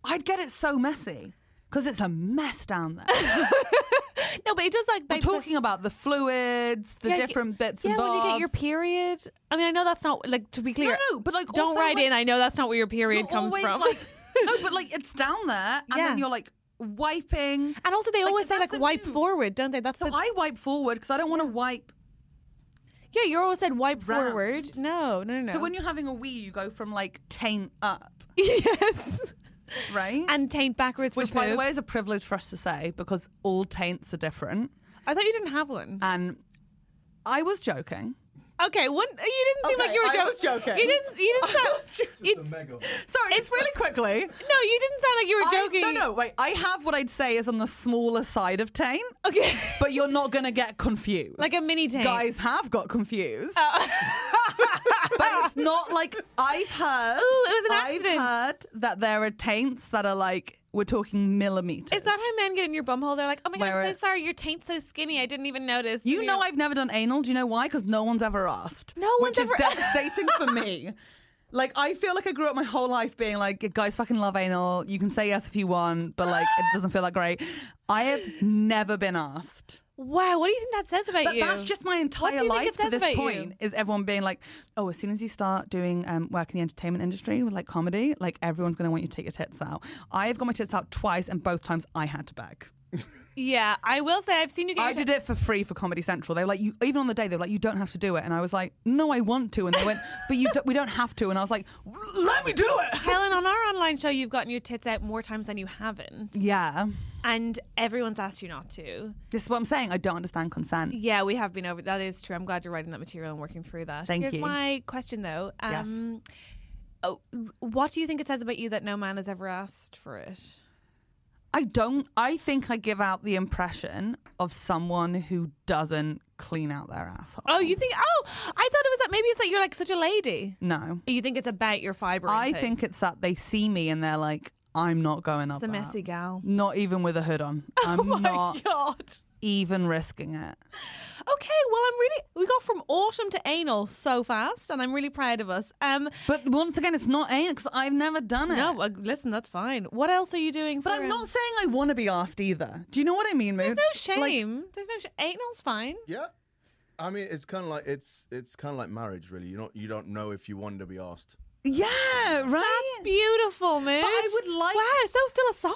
Speaker 2: I'd get it so messy. Because it's a mess down
Speaker 1: <laughs>
Speaker 2: there.
Speaker 1: no, but it does like.
Speaker 2: We're
Speaker 1: makes the-
Speaker 2: talking about the fluids, the
Speaker 1: Yeah,
Speaker 2: different bits
Speaker 1: yeah,
Speaker 2: and
Speaker 1: when you get your
Speaker 2: bobs.
Speaker 1: period. I mean, I know that's not like to be clear.
Speaker 2: no, but, like,
Speaker 1: don't
Speaker 2: also,
Speaker 1: write
Speaker 2: like,
Speaker 1: in. I know that's not where your period
Speaker 2: You're
Speaker 1: comes
Speaker 2: always,
Speaker 1: from. <laughs>
Speaker 2: like- no, but, like, it's down there. And
Speaker 1: Yeah.
Speaker 2: then you're, like, wiping.
Speaker 1: And also, they
Speaker 2: Like,
Speaker 1: always say
Speaker 2: that's
Speaker 1: like
Speaker 2: the
Speaker 1: wipe
Speaker 2: move.
Speaker 1: forward, don't they? That's
Speaker 2: So
Speaker 1: the,
Speaker 2: I wipe forward because I don't want to wipe.
Speaker 1: yeah. You always said wipe
Speaker 2: Round.
Speaker 1: forward. No, no, no. no.
Speaker 2: So when you're having a wee, you go from, like, taint
Speaker 1: <laughs>
Speaker 2: up,
Speaker 1: yes,
Speaker 2: right?
Speaker 1: and taint backwards.
Speaker 2: Which,
Speaker 1: for
Speaker 2: by the
Speaker 1: poop.
Speaker 2: way, is a privilege for us to say because all taints are different.
Speaker 1: I thought you didn't have one.
Speaker 2: And I was joking.
Speaker 1: okay, one. You didn't seem
Speaker 2: Okay,
Speaker 1: like you were
Speaker 2: I
Speaker 1: joking.
Speaker 2: was joking.
Speaker 1: You didn't. You
Speaker 2: <laughs>
Speaker 1: didn't sound. you,
Speaker 2: Sorry, it's really
Speaker 1: no,
Speaker 2: quickly.
Speaker 1: you didn't sound like you were
Speaker 2: I-
Speaker 1: joking.
Speaker 2: no, no, wait. I have what I'd say is on the smaller side of taint,
Speaker 1: Okay. <laughs>
Speaker 2: but you're not going to get confused.
Speaker 1: like a mini taint. Uh,
Speaker 2: Guys have
Speaker 1: <laughs>
Speaker 2: got confused. but it's not like I've heard.
Speaker 1: Ooh, it was an accident.
Speaker 2: I've heard that there are taints that are like, we're talking millimeters.
Speaker 1: Is that how men get in your bumhole? They're like, oh my god,
Speaker 2: Where
Speaker 1: I'm
Speaker 2: it-
Speaker 1: so sorry. Your taint's so skinny. I didn't even notice.
Speaker 2: You
Speaker 1: And
Speaker 2: know
Speaker 1: you're-
Speaker 2: I've never done anal. Do you know why? Because no one's ever asked.
Speaker 1: No one's
Speaker 2: which
Speaker 1: ever- <laughs>
Speaker 2: is devastating for me. Like I feel like I grew up my whole life being like, guys fucking love anal. You can say yes if you want, but like it doesn't feel that great. I have never been asked.
Speaker 1: Wow, what do you think that says about
Speaker 2: But
Speaker 1: you?
Speaker 2: that's just my
Speaker 1: What do
Speaker 2: entire
Speaker 1: you think
Speaker 2: life
Speaker 1: it
Speaker 2: to
Speaker 1: says
Speaker 2: this
Speaker 1: about
Speaker 2: point
Speaker 1: You?
Speaker 2: is everyone being like, oh, as soon as you start doing um, work in the entertainment industry with like comedy, like everyone's going to want you to take your tits out. I've got my tits out twice, and both times I had
Speaker 1: <laughs>
Speaker 2: to beg.
Speaker 1: Yeah, I will say I've seen you get.
Speaker 2: I
Speaker 1: your-
Speaker 2: did it for free for Comedy Central. They were like, you, even on the day, they were like, you don't have to do it. And I was like, no, I want to. And
Speaker 1: <laughs>
Speaker 2: they went, but you do, we don't have to. And I was like, let me do it.
Speaker 1: Helen, on our online show, you've gotten your tits out more times than you haven't,
Speaker 2: Yeah.
Speaker 1: and everyone's asked you not to.
Speaker 2: This is what I'm saying. I don't understand consent.
Speaker 1: Yeah, we have been over. That is true. I'm glad you're writing that material and working through that.
Speaker 2: Thank
Speaker 1: Here's
Speaker 2: you.
Speaker 1: my question, though. Um, oh, what do you think it says about you that no man has ever asked for it?
Speaker 2: I don't. I think I give out the impression of someone who doesn't clean out their asshole.
Speaker 1: Oh, you think? Oh, I thought it was that. Maybe it's that you're like such a lady.
Speaker 2: No.
Speaker 1: You think it's about your fibre?
Speaker 2: I
Speaker 1: intake.
Speaker 2: think it's that they see me and they're like, I'm not going up.
Speaker 1: it's a
Speaker 2: that.
Speaker 1: messy gal.
Speaker 2: Not even with a hood on. I'm
Speaker 1: <laughs>
Speaker 2: not
Speaker 1: God.
Speaker 2: even risking it.
Speaker 1: Okay, well, I'm really. We got from autumn to anal so fast, and I'm really proud of us. Um,
Speaker 2: But once again, it's not anal because I've never done it.
Speaker 1: no, uh, listen, that's fine. What else are you doing?
Speaker 2: But
Speaker 1: for,
Speaker 2: I'm
Speaker 1: um,
Speaker 2: not saying I want to be asked either. Do you know what I mean,
Speaker 1: There's
Speaker 2: Mood?
Speaker 1: no
Speaker 2: Like,
Speaker 1: shame. There's no. Sh- anal's fine.
Speaker 4: Yeah. I mean, it's kind of like it's it's kind of like marriage, really. You don't you don't know if you want to be asked.
Speaker 2: yeah, right?
Speaker 1: <laughs> Beautiful, man.
Speaker 2: I would like-
Speaker 1: Wow, so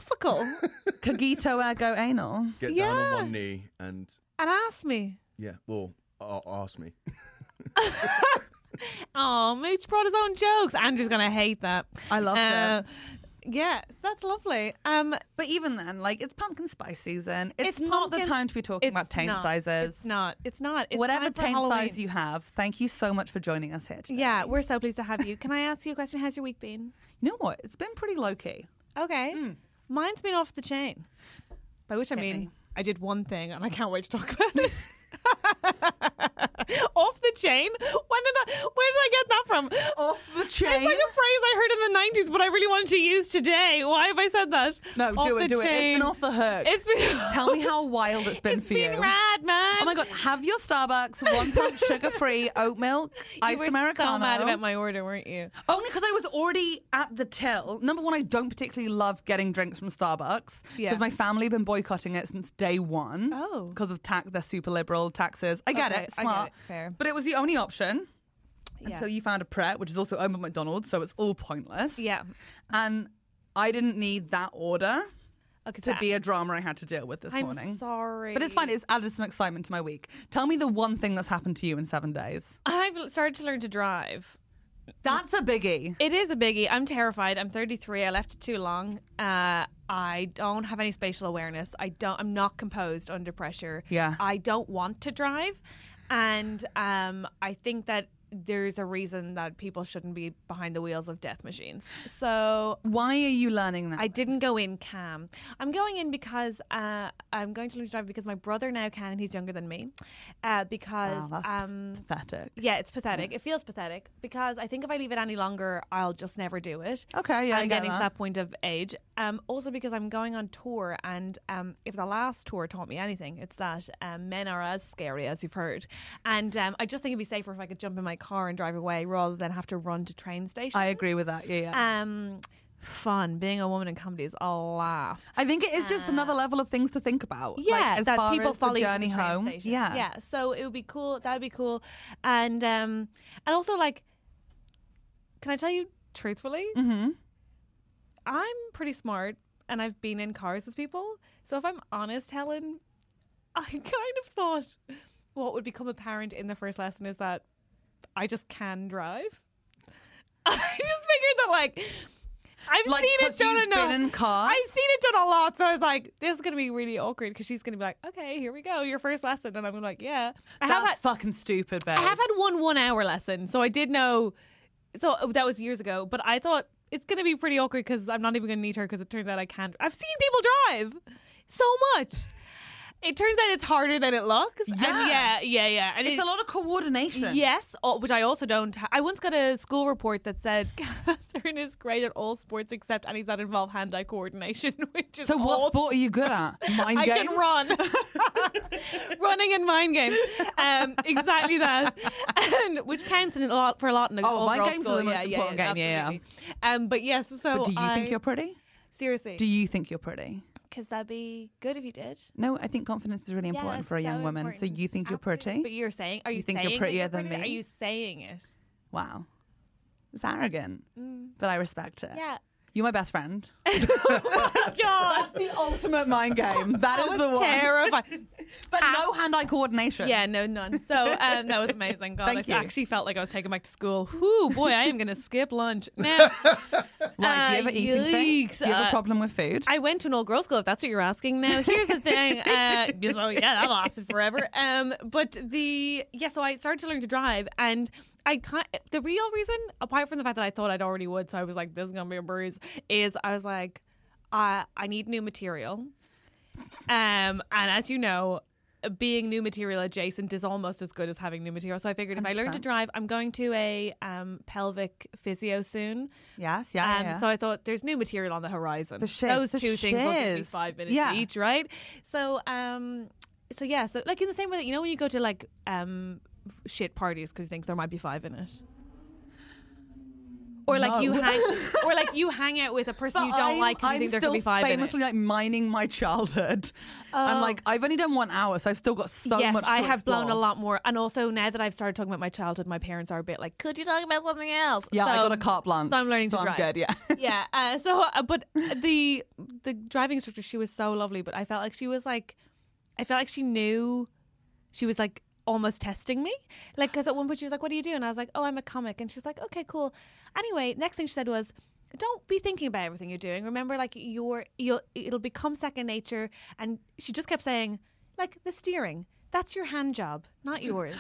Speaker 2: <laughs>
Speaker 1: philosophical.
Speaker 2: Cogito ergo anal.
Speaker 4: Get down on one knee and
Speaker 1: and ask me.
Speaker 4: yeah, well, a- ask me.
Speaker 1: Oh, Mooch brought his own jokes. Andrew's gonna hate that.
Speaker 2: I love them.
Speaker 1: Yeah, so that's lovely. Um,
Speaker 2: But even then, like, it's pumpkin spice season.
Speaker 1: it's
Speaker 2: It's, not
Speaker 1: pumpkin-
Speaker 2: the time to be talking
Speaker 1: it's
Speaker 2: about taint
Speaker 1: not.
Speaker 2: sizes.
Speaker 1: It's not. It's not. It's
Speaker 2: Whatever
Speaker 1: time for
Speaker 2: taint
Speaker 1: Halloween.
Speaker 2: size you have, thank you so much for joining us here today.
Speaker 1: Yeah, we're so pleased to have you. Can I ask you a question? How's your week been?
Speaker 2: You know what? It's been pretty low key.
Speaker 1: Okay. Mine's been off the chain. By which I mean,
Speaker 2: Hmm. me.
Speaker 1: I did one thing and I can't wait to talk about it. <laughs> off the chain? When did I where did I get that from?
Speaker 2: Off the chain.
Speaker 1: It's like a phrase I heard in the 90s, but I really wanted to use today. Why have I said that?
Speaker 2: No,
Speaker 1: Off
Speaker 2: do
Speaker 1: the
Speaker 2: it, do it. It's
Speaker 1: chain.
Speaker 2: been off the hook.
Speaker 1: It's been.
Speaker 2: <laughs> Tell me how wild it's been
Speaker 1: It's
Speaker 2: for
Speaker 1: been
Speaker 2: you.
Speaker 1: rad, man.
Speaker 2: Oh my god, have your Starbucks one pound
Speaker 1: <laughs>
Speaker 2: sugar free oat milk
Speaker 1: You
Speaker 2: iced
Speaker 1: were
Speaker 2: americano.
Speaker 1: so mad about my order, weren't you?
Speaker 2: Only because I was already at the till. Number one, I don't particularly love getting drinks from Starbucks because
Speaker 1: Yeah.
Speaker 2: my family have been boycotting it since day one.
Speaker 1: Oh.
Speaker 2: because of tax, they're super liberal taxes. I get
Speaker 1: Okay,
Speaker 2: it,
Speaker 1: I get
Speaker 2: smart,
Speaker 1: it, fair.
Speaker 2: But it was the only option
Speaker 1: Yeah.
Speaker 2: until you found a Pret, which is also owned by McDonald's, so it's all pointless.
Speaker 1: Yeah.
Speaker 2: and I didn't need that order
Speaker 1: Okay.
Speaker 2: to
Speaker 1: so
Speaker 2: be a drama I had to deal with this
Speaker 1: I'm
Speaker 2: morning.
Speaker 1: sorry.
Speaker 2: But it's fine. It's added some excitement to my week. Tell me the one thing that's happened to you in seven days.
Speaker 1: I've started to learn to drive.
Speaker 2: That's a biggie.
Speaker 1: It is a biggie. I'm terrified. I'm 33. I left it too long. Uh, I don't have any spatial awareness. I don't. I'm not composed under pressure.
Speaker 2: Yeah.
Speaker 1: I don't want to drive, and um, I think that there's a reason that people shouldn't be behind the wheels of death machines. So
Speaker 2: Why are you learning that?
Speaker 1: I didn't go in cam. I'm going in because uh, I'm going to learn to drive because my brother now can and he's younger than me. Uh,
Speaker 2: Wow,
Speaker 1: because
Speaker 2: that's
Speaker 1: um,
Speaker 2: pathetic.
Speaker 1: yeah, it's pathetic. It feels pathetic because I think if I leave it any longer, I'll just never do it.
Speaker 2: Okay, yeah, I
Speaker 1: I'm
Speaker 2: get
Speaker 1: getting to
Speaker 2: that.
Speaker 1: that point of age. Um, also because I'm going on tour, and um, if the last tour taught me anything, it's that um, men are as scary as you've heard. And um, I just think it'd be safer if I could jump in my car and drive away rather than have to run to train stations.
Speaker 2: I agree with that. Yeah, yeah.
Speaker 1: Um, fun being a woman in comedy is a laugh.
Speaker 2: I think it is just another level of things to think about. like,
Speaker 1: uh, Yeah,
Speaker 2: as
Speaker 1: that
Speaker 2: far
Speaker 1: people
Speaker 2: as
Speaker 1: follow
Speaker 2: the
Speaker 1: you to
Speaker 2: journey
Speaker 1: the train
Speaker 2: home.
Speaker 1: station.
Speaker 2: Yeah,
Speaker 1: yeah. So it would be cool. That would be cool, and um, and also like, can I tell you truthfully? Mm-hmm. I'm pretty smart, and I've been in cars with people. So if I'm honest, Helen, <laughs> I kind of thought what would become apparent in the first lesson is that I just can drive. <laughs> I just figured that like. I've
Speaker 2: Like,
Speaker 1: seen it
Speaker 2: 'cause
Speaker 1: done
Speaker 2: you've
Speaker 1: enough.
Speaker 2: been in cars?
Speaker 1: I've seen it done a lot, so I was like, "This is gonna be really awkward" because she's gonna be like, "Okay, here we go, your first lesson," and I'm gonna be like, "Yeah." I have
Speaker 2: That's
Speaker 1: had,
Speaker 2: fucking stupid, babe.
Speaker 1: I have had one one-hour lesson, so I did know. So oh, that was years ago, but I thought it's gonna be pretty awkward because I'm not even gonna need her because it turns out I can't. I've seen people drive so much. It turns out it's harder than it looks. and
Speaker 2: Yeah.
Speaker 1: yeah, yeah, yeah. And
Speaker 2: it's
Speaker 1: it-
Speaker 2: a lot of coordination.
Speaker 1: Yes, oh, which I also don't. Ha- I once got a school report that said <laughs> Catherine is great at all sports except any that involve hand-eye coordination, <laughs> which is
Speaker 2: So what
Speaker 1: all
Speaker 2: sport are you good at? Mind
Speaker 1: Oh. <laughs> I
Speaker 2: games.
Speaker 1: can run.
Speaker 2: <laughs>
Speaker 1: running and mind game. Um, exactly that, and, which counts in a lot for a lot in the
Speaker 2: Oh, mind
Speaker 1: overall
Speaker 2: games are
Speaker 1: score.
Speaker 2: the most
Speaker 1: yeah, yeah,
Speaker 2: important
Speaker 1: yeah,
Speaker 2: game, yeah, yeah.
Speaker 1: absolutely. Um, but yes, so
Speaker 2: But do you
Speaker 1: I,
Speaker 2: think you're pretty?
Speaker 1: seriously?
Speaker 2: Do you think you're pretty?
Speaker 5: because that'd be good if you did.
Speaker 2: No, I think confidence is really important
Speaker 5: it's
Speaker 2: for a young
Speaker 5: so
Speaker 2: woman.
Speaker 5: important.
Speaker 2: So you think you're pretty?
Speaker 1: But you're saying, are you,
Speaker 2: You think you're
Speaker 1: saying that
Speaker 2: prettier than
Speaker 1: pretty?
Speaker 2: me?
Speaker 1: Are you saying it?
Speaker 2: wow. It's arrogant,
Speaker 1: Mm.
Speaker 2: but I respect it.
Speaker 5: Yeah.
Speaker 2: You're my
Speaker 1: <laughs>
Speaker 2: best friend. <laughs> Oh
Speaker 1: God,
Speaker 2: the ultimate mind game. that is the one. <laughs>
Speaker 1: terrifying.
Speaker 2: But no hand-eye coordination.
Speaker 1: Yeah, no, none. So um, that was amazing. God,
Speaker 2: Thank
Speaker 1: I
Speaker 2: you.
Speaker 1: actually felt like I was taken back to school. Whoo, boy, I am going to skip lunch now.
Speaker 2: Why, do you have an eating thing?
Speaker 1: Uh, yikes.
Speaker 2: Do you have
Speaker 1: Uh,
Speaker 2: a problem with food?
Speaker 1: I went to an old girls' school, if that's what you're asking. Now, here's the thing. Uh, so, yeah, that lasted forever. Um, but the, yeah, so I started to learn to drive. And I can't, the real reason, apart from the fact that I thought I'd already would, so I was like, this is going to be a bruise, is I was like, I, I need new material. Um, and as you know, being new material adjacent is almost as good as having new material. So I figured if I learn to drive, I'm going to a um, pelvic physio soon.
Speaker 2: yes, yeah, yeah,
Speaker 1: Um,
Speaker 2: yeah.
Speaker 1: So I thought there's new material on the horizon.
Speaker 2: The shiz,
Speaker 1: Those
Speaker 2: the
Speaker 1: two things will give me
Speaker 2: shiz.
Speaker 1: five minutes
Speaker 2: Yeah.
Speaker 1: each, right? So, um, so yeah, so like in the same way that you know when you go to like um, shit parties because you think there might be five in it. Or like you
Speaker 2: No. <laughs>
Speaker 1: hang, or like you hang out with a person you
Speaker 2: But
Speaker 1: don't
Speaker 2: I'm-
Speaker 1: like because you
Speaker 2: I'm
Speaker 1: think there
Speaker 2: still
Speaker 1: could be five in it. Oh.
Speaker 2: famously like mining my childhood. I'm like, I've only done one hour, so I've still got so
Speaker 1: yes,
Speaker 2: much. to
Speaker 1: I have blown a
Speaker 2: explore.
Speaker 1: lot more, and also now that I've started talking about my childhood, my parents are a bit like, "Could you talk about something else?"
Speaker 2: Yeah, I
Speaker 1: So-
Speaker 2: got a carte blanche.
Speaker 1: So I'm learning
Speaker 2: so
Speaker 1: to
Speaker 2: I'm
Speaker 1: drive.
Speaker 2: good, yeah. <laughs>
Speaker 1: yeah. Uh, so, uh, but the the driving instructor, she was so lovely, but I felt like she was like, I felt like she knew, she was like almost testing me, like because at one point she was like, "What do you do?" and I was like, "Oh, I'm a comic," and she was like, "Okay, cool." Anyway, next thing she said was. Don't be thinking about everything you're doing. Remember, like you're, you'll, it'll become second nature. And she just kept saying, like the steering, that's your hand job, not yours.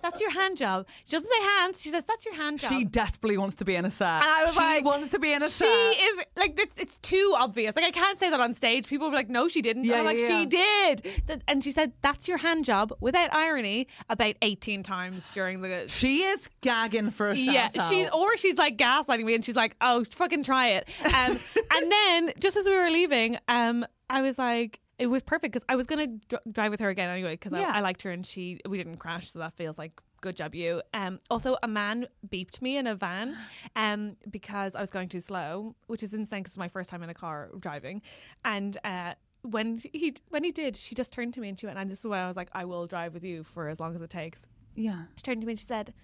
Speaker 1: that's your hand job. She doesn't say hands. She says that's your hand job.
Speaker 2: She desperately wants to be in a set.
Speaker 1: And I was
Speaker 2: she
Speaker 1: like,
Speaker 2: wants to be in a
Speaker 1: She
Speaker 2: set.
Speaker 1: is like it's, it's too obvious. Like I can't say that on stage. People will be like, no, she didn't.
Speaker 2: Yeah,
Speaker 1: and I'm
Speaker 2: yeah,
Speaker 1: like, she did. Th- And she said, that's your hand job without irony about 18 times during the.
Speaker 2: She is gagging for a shout
Speaker 1: yeah,
Speaker 2: out.
Speaker 1: she or she's like gaslighting me, and she's like, "Oh, fucking try it." Um,
Speaker 2: <laughs>
Speaker 1: and then, just as we were leaving, um, I was like, "It was perfect" because I was gonna dr- drive with her again anyway because
Speaker 2: Yeah.
Speaker 1: I, I liked her and she we didn't crash, so that feels like good job you. Um, also, a man beeped me in a van, um, because I was going too slow, which is insane because it's my first time in a car driving, and uh. When he when he did, she just turned to me and she went, and this is when I was like, I will drive with you for as long as it takes.
Speaker 2: yeah.
Speaker 1: She turned to me and she said,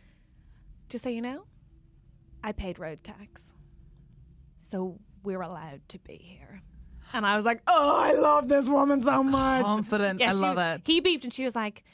Speaker 1: Just so you know, I paid road tax. So we're allowed to be here. And I was like, Oh, I love this woman so much.
Speaker 2: Confident.
Speaker 1: Yeah,
Speaker 2: I
Speaker 1: she-
Speaker 2: love it.
Speaker 1: He beeped and she was like,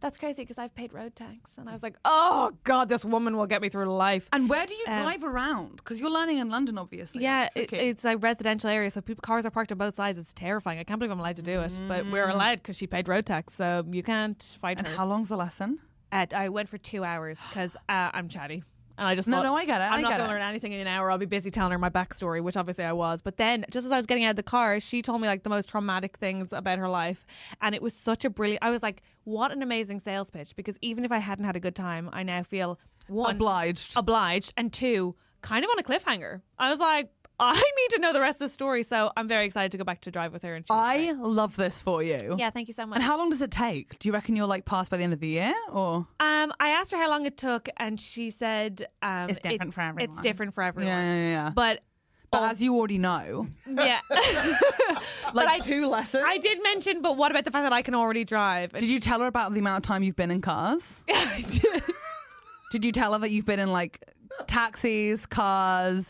Speaker 1: That's crazy because I've paid road tax. And I was like, Oh, God, this woman will get me through life.
Speaker 2: And where do you
Speaker 1: Um,
Speaker 2: drive around? Because you're learning in London, obviously.
Speaker 1: yeah,
Speaker 2: That's
Speaker 1: it,
Speaker 2: tricky.
Speaker 1: it's a residential area, so people, cars are parked on both sides. It's terrifying. I can't believe I'm allowed to do it, but we're allowed because she paid road tax, so you can't fight
Speaker 2: and
Speaker 1: her.
Speaker 2: how long's the lesson?
Speaker 1: At, I went for two hours because uh, I'm chatty. And I just
Speaker 2: No,
Speaker 1: thought,
Speaker 2: no, I get it,
Speaker 1: I'm
Speaker 2: I
Speaker 1: not
Speaker 2: get
Speaker 1: going to
Speaker 2: it.
Speaker 1: learn anything in an hour. I'll be busy telling her my backstory, which obviously I was. But then, just as I was getting out of the car, she told me like the most traumatic things about her life, and it was such a brilliant. I was like, what an amazing sales pitch! Because even if I hadn't had a good time, I now feel one
Speaker 2: Obliged.
Speaker 1: obliged, and two, kind of on a cliffhanger. I was like, <laughs> I need to know the rest of the story, so I'm very excited to go back to drive with her. And she was
Speaker 2: I
Speaker 1: great.
Speaker 2: love this for you.
Speaker 1: yeah, thank you so much.
Speaker 2: And how long does it take? Do you reckon you're like passed by the end of the year or?
Speaker 1: Um, I asked her how long it took, and she said um,
Speaker 2: It's different for
Speaker 1: It's
Speaker 2: everyone.
Speaker 1: different for everyone.
Speaker 2: Yeah, yeah, yeah.
Speaker 1: But
Speaker 2: But as you already know,
Speaker 1: yeah,
Speaker 2: <laughs>
Speaker 1: <laughs>
Speaker 2: like
Speaker 1: I-
Speaker 2: two lessons.
Speaker 1: I did mention. But what about the fact that I can already drive? And
Speaker 2: Did you tell her about the amount of time you've been in cars?
Speaker 1: <laughs> I did.
Speaker 2: Did you tell her that you've been in like taxis, cars,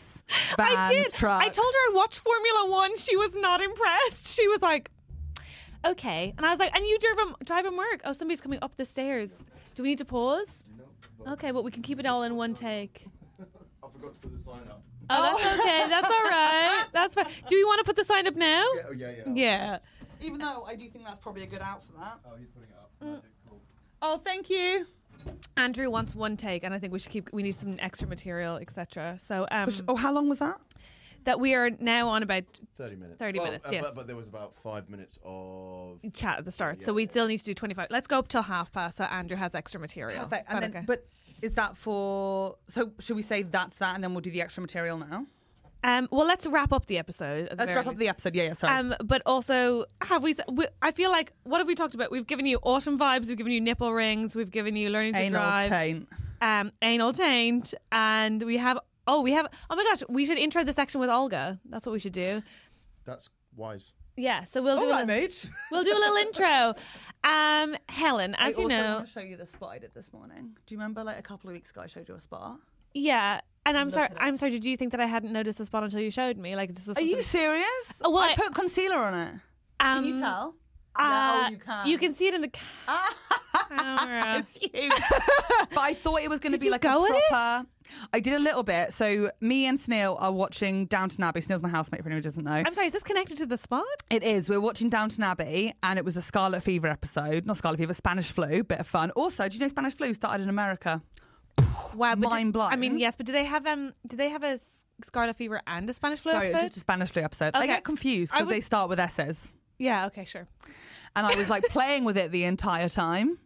Speaker 2: vans,
Speaker 1: I did.
Speaker 2: trucks?
Speaker 1: I told her I watched Formula One. She was not impressed. She was like, "Okay," and I was like, "And you drive him, drive him work? Oh, somebody's coming up the stairs. Do we need to pause? Okay, but we can keep it all in one take."
Speaker 4: I forgot to put the sign up.
Speaker 1: Oh, that's okay. That's all right. That's fine. Do we want to put the sign up now?
Speaker 4: Oh, yeah, yeah.
Speaker 1: Yeah.
Speaker 2: Even though I do think that's probably a good out for that.
Speaker 4: Oh, he's putting it up.
Speaker 1: Mm.
Speaker 4: Magic, cool.
Speaker 2: Oh, thank you.
Speaker 1: Andrew wants one take, and I think we should keep. We need some extra material, etc. So um,
Speaker 2: Oh, how long was that?
Speaker 1: that we are now on about
Speaker 4: 30 minutes.
Speaker 1: 30 minutes,
Speaker 4: uh,
Speaker 1: yes.
Speaker 4: But, but there was about five minutes of.
Speaker 1: chat at the start, so we still need to do twenty five. Let's go up till half past, so Andrew has extra material. Is
Speaker 2: Perfect.
Speaker 1: that
Speaker 2: And then,
Speaker 1: okay?
Speaker 2: but is that for? So should we say that's that, and then we'll do the extra material now?
Speaker 1: Um, well, let's wrap up the episode. at the
Speaker 2: Let's
Speaker 1: very
Speaker 2: wrap up
Speaker 1: least.
Speaker 2: the episode. Yeah, yeah, sorry.
Speaker 1: Um, but also, have we, we? I feel like what have we talked about? We've given you autumn vibes. We've given you nipple rings. We've given you learning to
Speaker 2: Anal
Speaker 1: drive.
Speaker 2: taint.
Speaker 1: Um, anal taint, and we have. Oh, we have. Oh my gosh, we should intro the section with Olga. That's what we should do.
Speaker 4: That's wise.
Speaker 1: Yeah. So we'll do.
Speaker 2: All
Speaker 1: a
Speaker 2: right,
Speaker 1: little-
Speaker 2: mage.
Speaker 1: We'll do a little intro. Um, Helen, as
Speaker 2: I
Speaker 1: you
Speaker 2: also
Speaker 1: know,
Speaker 2: want to show you the spot I did this morning. Do you remember, like a couple of weeks ago, I showed you a spot?
Speaker 1: yeah. And I'm sorry. I'm sorry. Did you think that I hadn't noticed the spot until you showed me? Like this was.
Speaker 2: Are you
Speaker 1: something-
Speaker 2: serious?
Speaker 1: Oh, well,
Speaker 2: I
Speaker 1: I-
Speaker 2: put concealer on it.
Speaker 1: Um,
Speaker 2: No,
Speaker 1: uh,
Speaker 2: you can't.
Speaker 1: You can see it in the
Speaker 2: <laughs>
Speaker 1: camera.
Speaker 2: It's
Speaker 1: <laughs>
Speaker 2: you. but I thought it was going to
Speaker 1: uh, Did
Speaker 2: be
Speaker 1: you
Speaker 2: like
Speaker 1: go at
Speaker 2: a
Speaker 1: it?
Speaker 2: proper. I did a little bit. So me and Snail are watching Downton Abbey. Snail's my housemate. For anyone who doesn't know,
Speaker 1: I'm sorry. Is this connected to the spot?
Speaker 2: It is. We're watching Downton Abbey, and it was the Scarlet Fever episode. Not Scarlet Fever, Spanish flu. Bit of fun. Also, do you know Spanish flu started in America?
Speaker 1: Wow, but did-
Speaker 2: Mind blown.
Speaker 1: I mean, yes, but do they have um? Do they have a s- scarlet fever and a Spanish flu
Speaker 2: Sorry,
Speaker 1: episode?
Speaker 2: just a Spanish flu episode. I
Speaker 1: Oh, Okay.
Speaker 2: get confused
Speaker 1: I
Speaker 2: because
Speaker 1: was-
Speaker 2: they start with S's,
Speaker 1: Yeah. Okay. Sure.
Speaker 2: and I
Speaker 1: <laughs>
Speaker 2: was like playing with it the entire time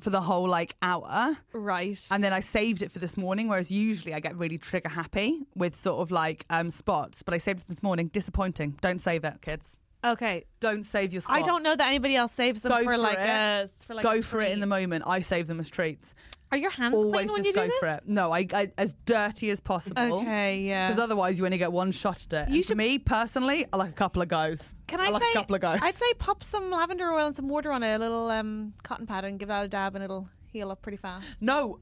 Speaker 2: for the whole like hour.
Speaker 1: Right.
Speaker 2: And then I saved it for this morning, whereas usually I get really trigger happy with sort of like um, spots. But I saved it this morning. Disappointing. Don't save it, kids.
Speaker 1: okay.
Speaker 2: Don't save your spots.
Speaker 1: I don't know that anybody else saves them
Speaker 2: Go
Speaker 1: for,
Speaker 2: for
Speaker 1: like
Speaker 2: it.
Speaker 1: a for like.
Speaker 2: go
Speaker 1: a
Speaker 2: for it in the
Speaker 1: treat.
Speaker 2: moment. I save them as treats.
Speaker 1: Are your hands
Speaker 2: Always
Speaker 1: clean when
Speaker 2: just
Speaker 1: you do
Speaker 2: go
Speaker 1: this?
Speaker 2: for it. No, I, I as dirty as possible.
Speaker 1: Okay.
Speaker 2: Because
Speaker 1: Yeah.
Speaker 2: otherwise, you only get one shot at it.
Speaker 1: You
Speaker 2: And for
Speaker 1: should-
Speaker 2: me personally, I like a couple of goes.
Speaker 1: Can I,
Speaker 2: like
Speaker 1: say?
Speaker 2: a couple of goes.
Speaker 1: I'd say pop some lavender oil and some water on a little um cotton pad and give that a dab, and it'll heal up pretty fast.
Speaker 2: no.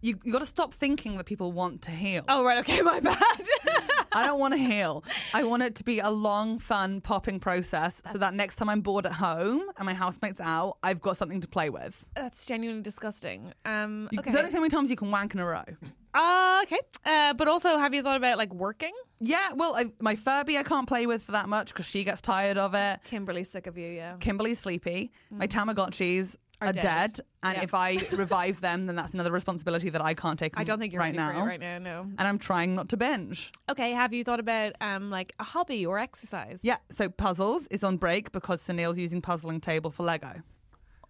Speaker 2: You you got to stop thinking that people want to heal.
Speaker 1: <laughs> Oh right. Okay. My <laughs> bad.
Speaker 2: I don't want
Speaker 1: <laughs>
Speaker 2: to heal. I want it to be a long, fun, popping process, so that next time I'm bored at home and my housemates out, I've got something to play with.
Speaker 1: That's genuinely disgusting. Um.
Speaker 2: You,
Speaker 1: Okay.
Speaker 2: There's only so many times you can wank in a row.
Speaker 1: Uh, okay. Uh, but also, have you thought about like working?
Speaker 2: Yeah, well, I, my Furby I can't play with for that much because she gets tired of it.
Speaker 1: Kimberly's sick of you. Yeah.
Speaker 2: Kimberly's sleepy. My Tamagotchis are,
Speaker 1: Mm. Are
Speaker 2: dead.
Speaker 1: dead.
Speaker 2: And
Speaker 1: Yeah.
Speaker 2: if I revive them, then that's another responsibility that I can't take.
Speaker 1: I don't think you're
Speaker 2: right
Speaker 1: ready for it
Speaker 2: now.
Speaker 1: right now. No.
Speaker 2: And I'm trying not to binge.
Speaker 1: Okay, have you thought about um like a hobby or exercise?
Speaker 2: Yeah, so puzzles is on break because Sunil's using puzzling table for Lego.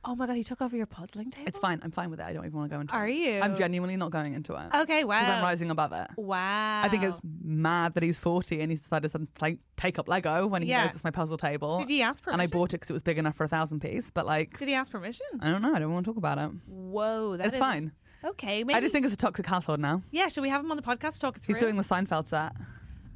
Speaker 1: Oh my god, he took over your puzzling table.
Speaker 2: It's fine. I'm fine with it. I don't even want to go into it.
Speaker 1: Are you?
Speaker 2: I'm genuinely not going into it.
Speaker 1: Okay,
Speaker 2: Because
Speaker 1: wow.
Speaker 2: I'm rising above it.
Speaker 1: Wow.
Speaker 2: I think it's mad that he's 40 and he's decided to like, take up Lego when he
Speaker 1: Yeah.
Speaker 2: knows it's my puzzle table.
Speaker 1: Did he ask
Speaker 2: And I
Speaker 1: permission?
Speaker 2: bought it because it was big enough for a thousand piece. But like,
Speaker 1: Did he ask permission?
Speaker 2: I don't know. I don't want to talk about it.
Speaker 1: Whoa, that's
Speaker 2: it's fine.
Speaker 1: Okay, maybe.
Speaker 2: I just think it's a toxic household now.
Speaker 1: yeah, should we have him on the podcast to talk us
Speaker 2: He's
Speaker 1: through?
Speaker 2: doing the Seinfeld set.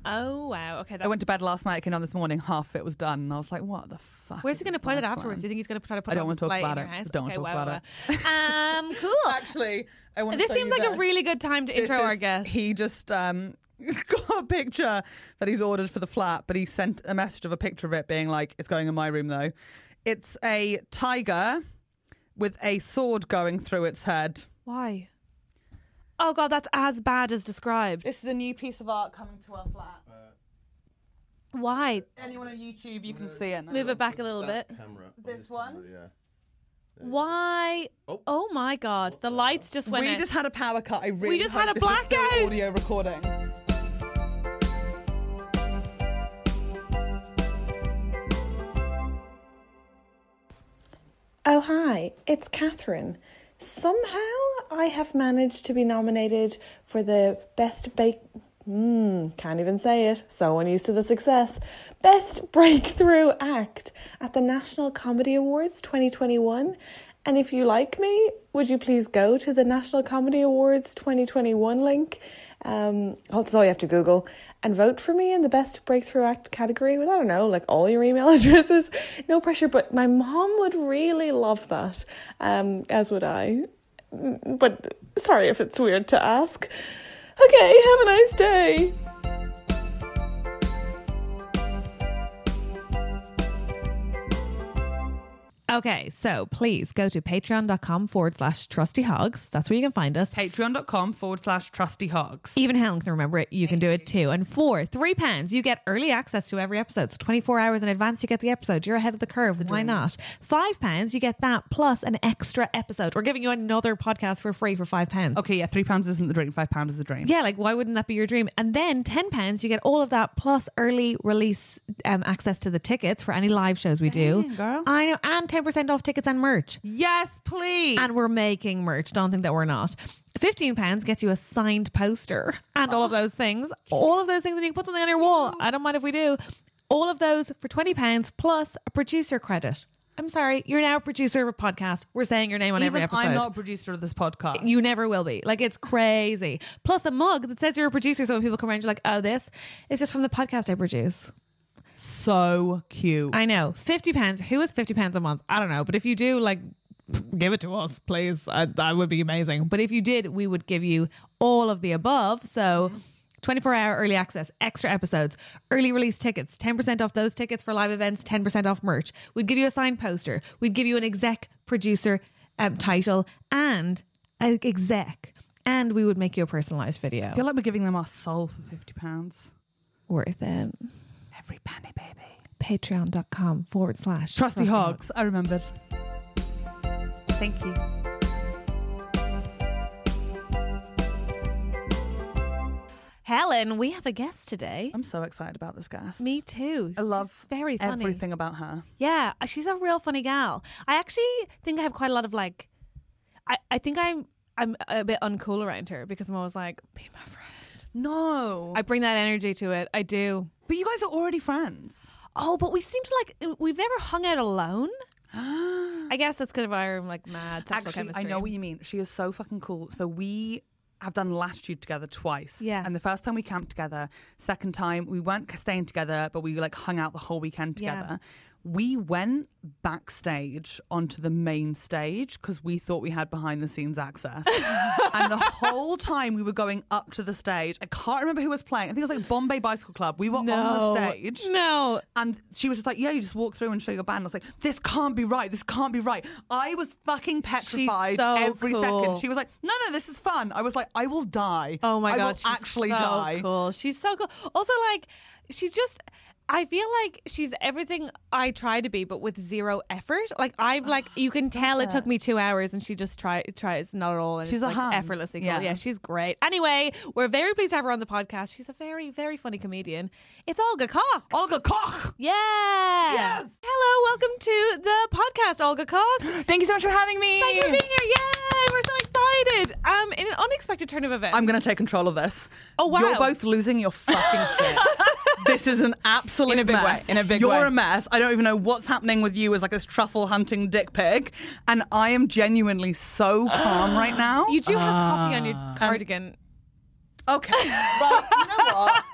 Speaker 1: Oh wow, okay. That...
Speaker 2: I went to bed last night, came on this morning, half of it was done, and I was like, what the fuck?
Speaker 1: Where's he
Speaker 2: is
Speaker 1: going to
Speaker 2: this
Speaker 1: put it
Speaker 2: life,
Speaker 1: afterwards? Do you
Speaker 2: man?
Speaker 1: think he's going to try to put
Speaker 2: I
Speaker 1: it
Speaker 2: don't
Speaker 1: on
Speaker 2: wanna talk
Speaker 1: display in
Speaker 2: about it.
Speaker 1: your house?
Speaker 2: Don't wanna
Speaker 1: okay,
Speaker 2: talk
Speaker 1: wow,
Speaker 2: about
Speaker 1: wow, wow. <laughs> Um, cool.
Speaker 2: Actually, I want
Speaker 1: this seems like a really good time to intro our guest.
Speaker 2: He just um, <laughs> got a picture that he's ordered for the flat, but he sent a message of a picture of it being like, it's going in my room though. It's a tiger with a sword going through its head.
Speaker 1: Why? Oh god, that's as bad as described.
Speaker 2: This is a new piece of art coming to our flat.
Speaker 1: Why?
Speaker 2: Anyone on YouTube, you can see it. Now.
Speaker 1: Move it back a little bit.
Speaker 4: That Camera. on
Speaker 2: This one?
Speaker 4: camera, yeah.
Speaker 1: Why?
Speaker 4: Oh.
Speaker 1: Oh my god, the lights just went
Speaker 2: we
Speaker 1: out.
Speaker 2: just had a power cut. I really
Speaker 1: just
Speaker 2: hope
Speaker 1: had a
Speaker 2: this is still
Speaker 1: blackout.
Speaker 2: Audio recording.
Speaker 6: Oh, hi, it's Catherine. Somehow I have managed to be nominated for the Best Bake. Mm, can't even say it. So unused to the success. Best Breakthrough Act at the National Comedy Awards 2021. And if you like me, would you please go to the National Comedy Awards 2021 link? Um, oh, that's all you have to Google and vote for me in the best breakthrough act category with, I don't know, like all your email <laughs> addresses. No pressure, but my mom would really love that, um, as would I. Mm, But sorry if it's weird to ask. Okay, have a nice day.
Speaker 1: Okay, so please go to patreon.com forward slash trusty hogs. That's where you can find us.
Speaker 2: Patreon.com forward slash trusty hogs.
Speaker 1: Even Helen can remember it. You can do it too. And for three pounds, you get early access to every episode. So 24 hours in advance, you get the episode. You're ahead of the curve. Why not? Five pounds, you get that plus an extra episode. We're giving you another podcast for free for five pounds.
Speaker 2: Okay, yeah, three pounds isn't the dream, five pounds is the dream.
Speaker 1: Yeah, like why wouldn't that be your dream? And then ten pounds, you get all of that plus early release um, access to the tickets for any live shows we do.
Speaker 2: Dang, girl.
Speaker 1: I know, and 10% off tickets and merch.
Speaker 2: Yes, please.
Speaker 1: And we're making merch. Don't think that we're not. £15 gets you a signed poster and all of those things. All of those things, and you can put something on your wall. I don't mind if we do. All of those for £20 plus a producer credit. I'm sorry, you're now a producer of a podcast. We're saying your name on every
Speaker 2: Even
Speaker 1: episode.
Speaker 2: I'm not a producer of this podcast.
Speaker 1: You never will be. Like it's crazy. Plus a mug that says you're a producer, so when people come around, you're like, "Oh, this is just from the podcast I produce."
Speaker 2: so cute.
Speaker 1: I know. Fifty pounds. Who is fifty pounds a month? I don't know. But if you do, like, give it to us, please. I, that would be amazing. But if you did, we would give you all of the above. So. 24 hour early access, extra episodes, early release tickets, 10% off those tickets for live events, 10% off merch. We'd give you a signed poster. We'd give you an exec producer um, title and an exec. And we would make you a personalized video.
Speaker 2: I feel like we're giving them our soul for fifty pounds.
Speaker 1: Worth it.
Speaker 2: Every penny, baby.
Speaker 1: Patreon.com forward slash Trusty
Speaker 2: Trusty
Speaker 1: Hogs.
Speaker 2: hogs. I remembered. Thank you.
Speaker 1: Helen, we have a guest today.
Speaker 2: I'm so excited about this guest.
Speaker 1: Me too.
Speaker 2: I love
Speaker 1: She's very funny.
Speaker 2: everything about her.
Speaker 1: Yeah, uh, she's a real funny gal. I actually think I have quite a lot of like, I, I think I'm I'm a bit uncool around her because I'm always like, be my friend.
Speaker 2: No,
Speaker 1: I bring that energy to it. I do.
Speaker 2: but you guys are already friends.
Speaker 1: Oh, but we seem to like we've never hung out
Speaker 2: <gasps>
Speaker 1: alone. I guess that's because of our like mad sexual
Speaker 2: Actually,
Speaker 1: chemistry.
Speaker 2: I know what you mean. She is so fucking cool. So we have done latitude together twice.
Speaker 1: Yeah.
Speaker 2: And the first time we camped together, second time we weren't staying together, but we like hung out the whole weekend
Speaker 1: Yeah.
Speaker 2: together. We went backstage onto the main stage because we thought we had behind the scenes
Speaker 1: <laughs>
Speaker 2: access. and the whole time we were going up to the stage, I can't remember who was playing. I think it was like Bombay Bicycle Club. We were on the stage.
Speaker 1: No.
Speaker 2: And she was just like, "Yeah, you just walk through and show your band." I was like, "This can't be right. This can't be right." I was fucking petrified
Speaker 1: so
Speaker 2: every
Speaker 1: cool.
Speaker 2: second. She was like, "No, no, this is fun." I was like, "I will die.
Speaker 1: Oh my
Speaker 2: I
Speaker 1: god,
Speaker 2: will
Speaker 1: she's
Speaker 2: actually
Speaker 1: so
Speaker 2: die."
Speaker 1: Cool. She's so cool. Also, like, she's just. I feel like she's everything I try to be, but with zero effort. Like I've like you can tell it took me two hours, and she just try tries not at all. And
Speaker 2: She's
Speaker 1: it's,
Speaker 2: a
Speaker 1: like,
Speaker 2: hun.
Speaker 1: effortlessly. Cool. Yeah.
Speaker 2: Yeah.
Speaker 1: she's great. Anyway, we're very pleased to have her on the podcast. She's a very very funny comedian. It's Olga Koch.
Speaker 2: Olga Koch.
Speaker 1: Yeah.
Speaker 2: Yes.
Speaker 1: Hello, welcome to the podcast, Olga Koch.
Speaker 7: Thank you so much for having me.
Speaker 1: Thank you for being here. Yay! We're so excited. Um, in an unexpected turn of events.
Speaker 2: I'm gonna take control of this.
Speaker 1: Oh, wow.
Speaker 2: You're both losing your fucking
Speaker 1: <laughs>
Speaker 2: shit. this is an absolute
Speaker 7: In a big
Speaker 2: mess.
Speaker 7: way, in a big
Speaker 2: You're
Speaker 7: way.
Speaker 2: a mess. I don't even know what's happening with you as like this truffle hunting dick pig, and I am genuinely so calm right now.
Speaker 1: You do have coffee on
Speaker 7: Ah.
Speaker 1: your cardigan.
Speaker 2: okay? right. You
Speaker 1: <laughs>
Speaker 2: know what?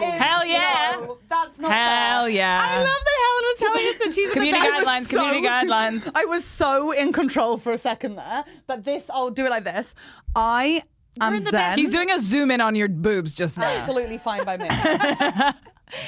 Speaker 2: That is-
Speaker 7: Hell yeah.
Speaker 2: no, that's not
Speaker 7: Hell
Speaker 2: fair.
Speaker 7: yeah.
Speaker 1: I love that Helen was telling us that she's
Speaker 7: Community
Speaker 1: in the
Speaker 7: guidelines, community guidelines.
Speaker 2: I was so in control for a second there, but this I'll do it like this. I am
Speaker 1: in the back.
Speaker 2: then
Speaker 7: He's doing a zoom in on your boobs
Speaker 1: <gasps>
Speaker 7: just now.
Speaker 2: absolutely fine
Speaker 7: <laughs>
Speaker 2: by me. Can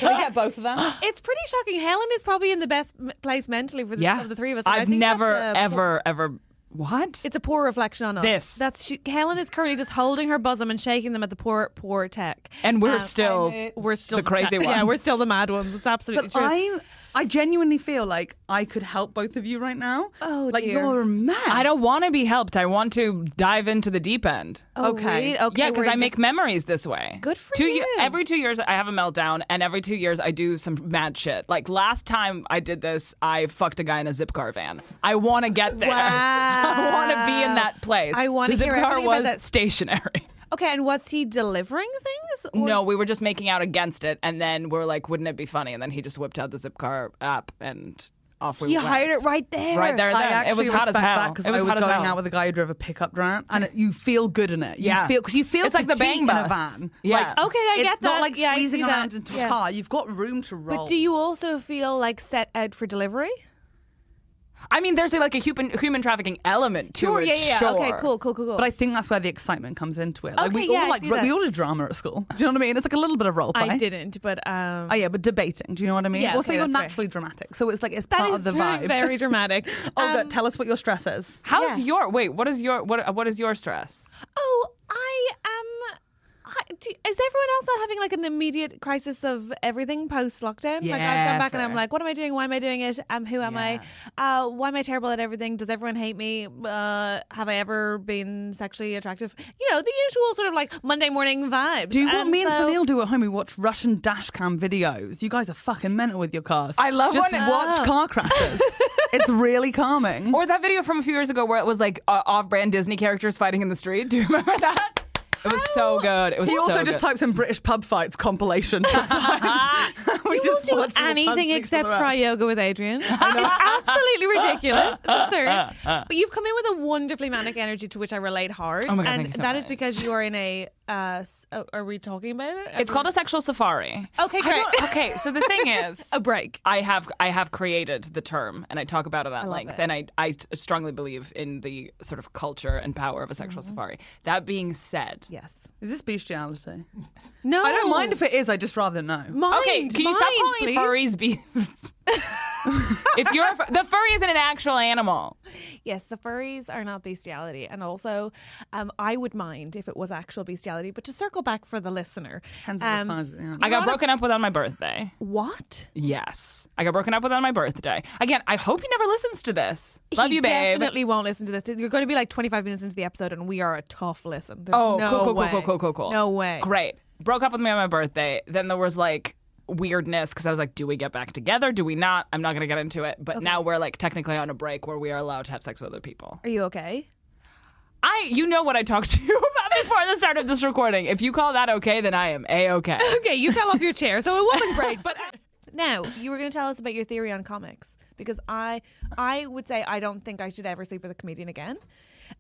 Speaker 2: we get both of them?
Speaker 1: It's pretty shocking. Helen is probably in the best m- place mentally for the,
Speaker 7: Yeah.
Speaker 1: of the three of us. and I
Speaker 7: I've
Speaker 1: think that's
Speaker 7: never,
Speaker 1: a poor-
Speaker 7: ever, ever. What?
Speaker 1: it's a poor reflection on us.
Speaker 7: This.
Speaker 1: That's she, Helen is currently just holding her bosom and shaking them at the poor, poor tech.
Speaker 7: and we're
Speaker 1: Um,
Speaker 7: still.
Speaker 1: we're still
Speaker 7: the crazy
Speaker 1: tech. Yeah,
Speaker 7: ones.
Speaker 1: we're still the mad ones. It's absolutely
Speaker 2: But
Speaker 1: true.
Speaker 2: I, I genuinely feel like I could help both of you right now.
Speaker 1: Oh,
Speaker 2: like
Speaker 1: dear.
Speaker 2: you're mad.
Speaker 7: I don't want to be helped. I want to dive into the deep end.
Speaker 1: Oh,
Speaker 2: okay.
Speaker 1: really? okay.
Speaker 7: yeah, because
Speaker 1: we're
Speaker 7: I make memories this way.
Speaker 1: Good for
Speaker 7: two
Speaker 1: you.
Speaker 7: ye- every two years, I have a meltdown, and every two years, I do some mad shit. Like last time I did this, I fucked a guy in a zip car van. I want to get there. <laughs> I want to be in that place.
Speaker 1: I wanna
Speaker 7: The zip
Speaker 1: hear
Speaker 7: car
Speaker 1: everything about
Speaker 7: was
Speaker 1: that.
Speaker 7: stationary.
Speaker 1: different- Okay, and was he delivering things? or-
Speaker 7: No, we were just making out against it, and then we are like, "Wouldn't it be funny?" And then he just whipped out the Zipcar app, and off we
Speaker 1: He
Speaker 7: went.
Speaker 1: hired it right there.
Speaker 7: Right there,
Speaker 2: I
Speaker 7: then.
Speaker 2: actually
Speaker 7: It was hot as
Speaker 2: respect
Speaker 7: hell.
Speaker 2: that because
Speaker 7: It
Speaker 2: I was
Speaker 7: hot as
Speaker 2: going
Speaker 7: hell.
Speaker 2: out with a guy who drove a pickup van, and it, you feel good in it. You
Speaker 7: Yeah.
Speaker 2: feel because you feel
Speaker 7: It's like the
Speaker 2: petite in
Speaker 7: bang
Speaker 2: a
Speaker 7: bus.
Speaker 2: van.
Speaker 7: Yeah.
Speaker 2: Like,
Speaker 1: Okay, I
Speaker 2: it's
Speaker 1: get
Speaker 2: not
Speaker 1: that.
Speaker 2: like
Speaker 1: Yeah, I
Speaker 2: squeezing
Speaker 1: see
Speaker 2: around
Speaker 1: that.
Speaker 2: into
Speaker 1: Yeah.
Speaker 2: a car. You've got room to roll.
Speaker 1: But do you also feel like set out for delivery?
Speaker 7: I mean, there's like a human human trafficking element to it.
Speaker 1: yeah, yeah, yeah.
Speaker 7: Sure.
Speaker 1: Okay, cool, cool, cool, cool.
Speaker 2: But I think that's where the excitement comes into it. Like
Speaker 1: Okay,
Speaker 2: we
Speaker 1: yeah, I
Speaker 2: all like
Speaker 1: see that.
Speaker 2: we all did drama at school. Do you know what I mean? It's like a little bit of role play.
Speaker 1: I didn't, but um,
Speaker 2: Oh yeah, but debating. Do you know what I mean?
Speaker 1: Yeah,
Speaker 2: also,
Speaker 1: okay,
Speaker 2: you're
Speaker 1: that's fair.
Speaker 2: naturally dramatic, so it's like it's
Speaker 1: that
Speaker 2: part
Speaker 1: is
Speaker 2: of the
Speaker 1: true,
Speaker 2: vibe. <laughs>
Speaker 1: very dramatic.
Speaker 2: Olga,
Speaker 1: Um,
Speaker 2: tell us what your stress is.
Speaker 7: How's
Speaker 1: Yeah.
Speaker 7: your wait? What is your what? What is your stress?
Speaker 1: Oh, I oh, am. I, do, is everyone else not having like an immediate crisis of everything post lockdown? like I've
Speaker 7: Yeah,
Speaker 1: gone back and I'm
Speaker 7: fair.
Speaker 1: like, what am I doing? Why am I doing it? Um, who am I? Uh, why am I terrible at everything? Does everyone hate me? Uh, have I ever been sexually attractive? You know, the usual sort of like Monday morning vibes.
Speaker 2: Do you what
Speaker 1: And
Speaker 2: me and
Speaker 1: so-
Speaker 2: Sunil do at home? We watch Russian dash cam videos. You guys are fucking mental with your cars.
Speaker 7: I love
Speaker 2: Just
Speaker 7: when-
Speaker 2: watch
Speaker 7: Oh.
Speaker 2: car crashes.
Speaker 7: <laughs>
Speaker 2: it's really calming.
Speaker 7: Or that video from a few years ago where it was like uh, off-brand Disney characters fighting in the street. <laughs> Do you remember that? It was so good. It was
Speaker 2: he also
Speaker 7: so
Speaker 2: just
Speaker 7: good.
Speaker 2: types in British pub fights
Speaker 7: <laughs>
Speaker 2: compilation. <laughs>
Speaker 1: <laughs>
Speaker 2: we
Speaker 1: You
Speaker 2: just
Speaker 1: will
Speaker 2: watch
Speaker 1: do
Speaker 2: people punch
Speaker 1: anything
Speaker 2: each
Speaker 1: except
Speaker 2: other out.
Speaker 1: try yoga with Adrian.
Speaker 7: <laughs>
Speaker 1: It's absolutely ridiculous, absurd. But you've come in with a wonderfully manic energy to which I relate hard,
Speaker 7: Oh my God,
Speaker 1: and
Speaker 7: thank you so
Speaker 1: that is
Speaker 7: much.
Speaker 1: because you are in a. Uh, s- oh, are we talking about it?
Speaker 7: It's called a sexual safari.
Speaker 1: Okay,
Speaker 7: I
Speaker 1: great.
Speaker 7: don't- Okay, so
Speaker 1: <laughs>
Speaker 7: the thing is,
Speaker 1: a break.
Speaker 7: I have I have created the term and I talk about it at length
Speaker 1: it.
Speaker 7: and I, I strongly believe in the sort of culture and power of a
Speaker 1: Mm-hmm.
Speaker 7: sexual safari. That being said,
Speaker 1: Yes.
Speaker 2: Is this bestiality?
Speaker 1: No,
Speaker 2: I don't mind if it is. I just rather
Speaker 7: Mm,
Speaker 2: know.
Speaker 1: Mind,
Speaker 7: okay, can you stop
Speaker 1: mind,
Speaker 7: calling
Speaker 1: please?
Speaker 7: furries
Speaker 1: <laughs>
Speaker 7: be If you're a, fur- the furry isn't an actual animal.
Speaker 1: Yes, the furries are not bestiality, and also, um, I would mind if it was actual bestiality. But to circle back for the listener,
Speaker 2: Depends on
Speaker 1: um,
Speaker 2: the size. Yeah.
Speaker 7: I got broken up with on my birthday.
Speaker 1: what?
Speaker 7: Yes. I got broken up with on my birthday. Again, I hope he never listens to this. Love
Speaker 1: He
Speaker 7: you, babe.
Speaker 1: Definitely won't listen to this. You're going to be like 25 minutes into the episode, and we are a tough listen. There's
Speaker 7: Oh,
Speaker 1: no
Speaker 7: cool, cool,
Speaker 1: way.
Speaker 7: cool, cool, cool, cool.
Speaker 1: No way.
Speaker 7: Great. Broke up with me on my birthday. Then there was like weirdness because I was like, do we get back together? Do we not? I'm not going to get into it. But now we're like technically on a break where we are allowed to have sex with other people.
Speaker 1: Are you okay?
Speaker 7: I, you know what I talked <laughs> to you about before the start of this recording. If you call that okay, then I am
Speaker 1: <laughs>
Speaker 7: a okay.
Speaker 1: Okay, you fell off your chair, so it wasn't great. But uh, <laughs> now you were going to tell us about your theory on comics because I, I would say I don't think I should ever sleep with a comedian again.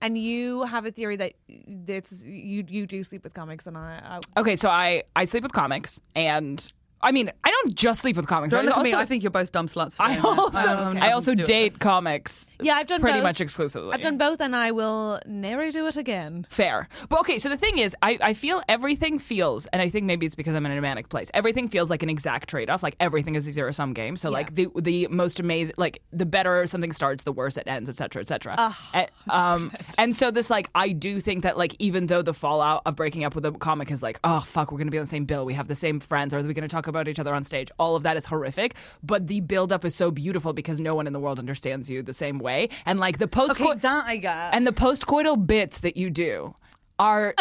Speaker 1: And you have a theory that that's you you do sleep with comics, and I, I
Speaker 7: Okay, so I, I sleep with comics and. I mean, I don't just sleep with comics.
Speaker 2: Don't
Speaker 7: I
Speaker 2: look at me.
Speaker 7: also-
Speaker 2: I think you're both dumb sluts. for
Speaker 7: I
Speaker 2: doing that.
Speaker 7: also,
Speaker 2: don't have
Speaker 7: I
Speaker 2: nothing
Speaker 7: also
Speaker 2: to do with
Speaker 7: date
Speaker 2: this.
Speaker 7: comics
Speaker 1: yeah I've done
Speaker 7: pretty
Speaker 1: both.
Speaker 7: much exclusively.
Speaker 1: I've done both, and I will never do it again.
Speaker 7: Fair. But okay, so the thing is, I, I feel everything feels, and I think maybe it's because I'm in a manic place, everything feels like an exact trade off. Like everything is a zero sum game. So, like, the the most amazing, like, the better something starts, the worse it ends, et cetera, et cetera. And, um, and so, this, like, I do think that, like, even though the fallout of breaking up with a comic is like, oh, fuck, we're going to be on the same bill. We have the same friends. Or are we going to talk about each other on stage? All of that is horrific. But the buildup is so beautiful because no one in the world understands you the same way. And, like, the post
Speaker 2: Okay, that I get.
Speaker 7: and the postcoital bits that you do
Speaker 1: <laughs>
Speaker 7: are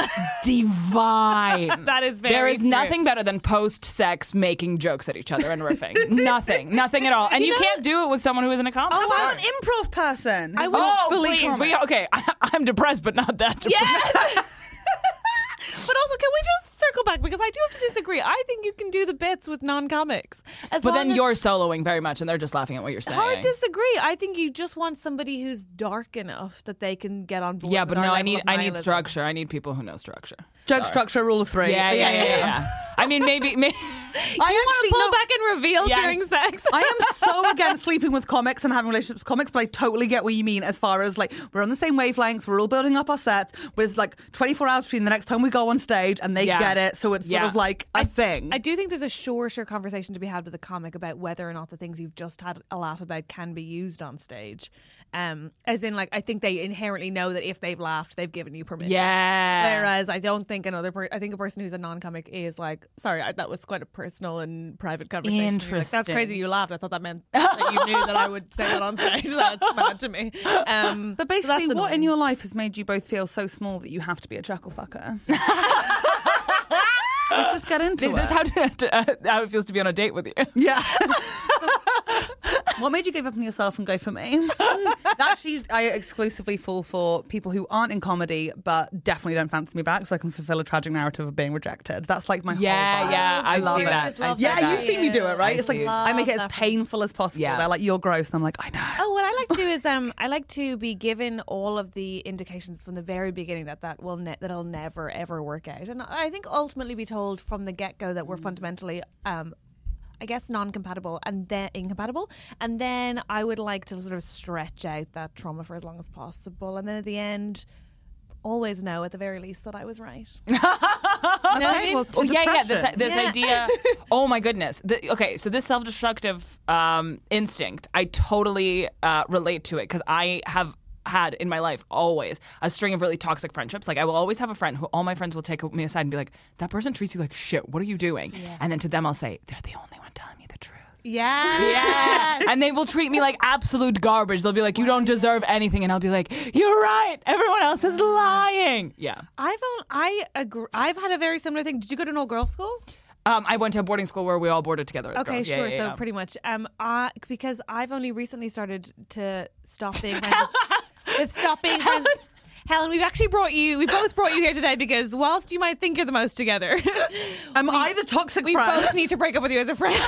Speaker 7: divine.
Speaker 1: That is
Speaker 7: There
Speaker 1: very
Speaker 7: is
Speaker 1: true.
Speaker 7: nothing better than post sex making jokes at each other
Speaker 1: <laughs>
Speaker 7: and riffing. nothing. Nothing at all. And you, can't do it with someone who isn't a
Speaker 1: Oh,
Speaker 7: comic.
Speaker 2: I'm an improv person.
Speaker 7: I
Speaker 2: who's
Speaker 7: will.
Speaker 2: not fully
Speaker 7: please.
Speaker 2: comic.
Speaker 7: We, okay, <laughs> I, I'm depressed, but not that depressed.
Speaker 1: Yes. <laughs> but also, can we just circle back because I do have to disagree. I think you can do the bits with non-comics. As
Speaker 7: But
Speaker 1: long
Speaker 7: then
Speaker 1: as-
Speaker 7: you're soloing very much, and they're just laughing at what you're saying.
Speaker 1: Hard disagree. I think you just want somebody who's dark enough that they can get on board.
Speaker 7: yeah,
Speaker 1: with
Speaker 7: but
Speaker 1: our
Speaker 7: no, I
Speaker 1: level
Speaker 7: need
Speaker 1: of
Speaker 7: I need
Speaker 1: nihilism.
Speaker 7: structure. I need people who know structure.
Speaker 2: Joke structure rule of three.
Speaker 7: Yeah, yeah, yeah. yeah, I mean,
Speaker 1: <laughs>
Speaker 7: maybe, maybe
Speaker 2: I
Speaker 1: Want
Speaker 2: actually
Speaker 1: to pull
Speaker 2: no,
Speaker 1: back and reveal
Speaker 7: Yeah.
Speaker 1: during sex?
Speaker 2: <laughs> I am so against sleeping with comics and having relationships with comics, but I totally get what you mean as far as like we're on the same wavelengths, we're all building up our sets. There's like 24 hours between the next time we go on stage and they
Speaker 7: Yeah.
Speaker 2: get it. So it's
Speaker 7: Yeah.
Speaker 2: sort of like a thing.
Speaker 1: I do think there's a shorter conversation to be had with a comic about whether or not the things you've just had a laugh about can be used on stage. Um, as in, like, I think they inherently know that if they've laughed, they've given you permission.
Speaker 7: <laughs> Yeah.
Speaker 1: Whereas I don't think another person, I think a person who's a non comic is like, sorry, I, that was quite a personal and private conversation. You're like, That's
Speaker 7: Interesting.
Speaker 1: crazy you laughed. I thought that meant that you knew that I would say that on stage. <laughs> That's mad to
Speaker 2: <laughs>
Speaker 1: me. Um,
Speaker 2: but
Speaker 1: so that's
Speaker 2: basically, what in
Speaker 1: annoying.
Speaker 2: your life has made you both feel so small that you have to be a jackal fucker?
Speaker 7: <laughs>
Speaker 2: Let's just get into
Speaker 7: Is
Speaker 2: it.
Speaker 7: this how, to, to, <laughs> uh, how it feels to be on a date with you?
Speaker 2: Yeah. <laughs> what made you give up on yourself and go for <laughs> me? Actually, I exclusively fall for people who aren't in comedy but definitely don't fancy me back, so I can fulfill a tragic narrative of being rejected. That's like my whole
Speaker 7: Yeah,
Speaker 2: vibe.
Speaker 7: yeah, I,
Speaker 2: I love
Speaker 7: see
Speaker 2: it.
Speaker 7: that. I
Speaker 1: Love
Speaker 7: see
Speaker 2: Yeah,
Speaker 7: that.
Speaker 2: you've seen me do it, right?
Speaker 7: I
Speaker 2: it's like
Speaker 7: see.
Speaker 2: I make it as
Speaker 1: Love that.
Speaker 2: painful as possible.
Speaker 7: Yeah.
Speaker 2: They're like, "You're gross," and I'm like, "I know."
Speaker 1: Oh, what I like to do is um, I like to be given all of the indications from the very beginning that that will ne- that'll never ever work out, and I think ultimately be told from the get go that we're fundamentally. Um, I guess non-compatible and then incompatible, and then I would like to sort of stretch out that trauma for as long as possible, and then at the end, always know at the very least that I was right. You know what I
Speaker 2: Okay,
Speaker 1: mean?
Speaker 2: well, to
Speaker 7: Oh, yeah, yeah. This,
Speaker 2: depression.
Speaker 7: this
Speaker 1: Yeah.
Speaker 2: <laughs>
Speaker 7: idea. Oh my goodness. The, okay, so this self-destructive um, instinct, I totally uh, relate to it because I have had in my life always a string of really toxic friendships. Like I will always have a friend who all my friends will take me aside and be like, "That person treats you like shit. What are you doing?" And then to them I'll say, "They're the only one telling me the truth."
Speaker 1: Yeah.
Speaker 7: Yeah. and they will treat me like absolute garbage. They'll be like, "You don't deserve anything," and I'll be like, "You're right. Everyone else is lying." Yeah.
Speaker 1: I've own, I agree. I've had a very similar thing. Did you go to an old girl school?
Speaker 7: Um, I went to a boarding school where we all boarded together. As
Speaker 1: Okay,
Speaker 7: girls. Yeah,
Speaker 1: sure.
Speaker 7: yeah,
Speaker 1: so
Speaker 7: yeah.
Speaker 1: pretty much, um, I, because I've only recently started to stop
Speaker 7: <laughs>
Speaker 1: being friends with- with stop being friends. Helen, we've actually brought you. We both brought you here today because whilst you might think you're the most
Speaker 7: <laughs>
Speaker 1: together,
Speaker 2: Am I the toxic
Speaker 1: we
Speaker 2: friend?
Speaker 1: both need to break up with you as a
Speaker 7: <laughs>
Speaker 1: friend.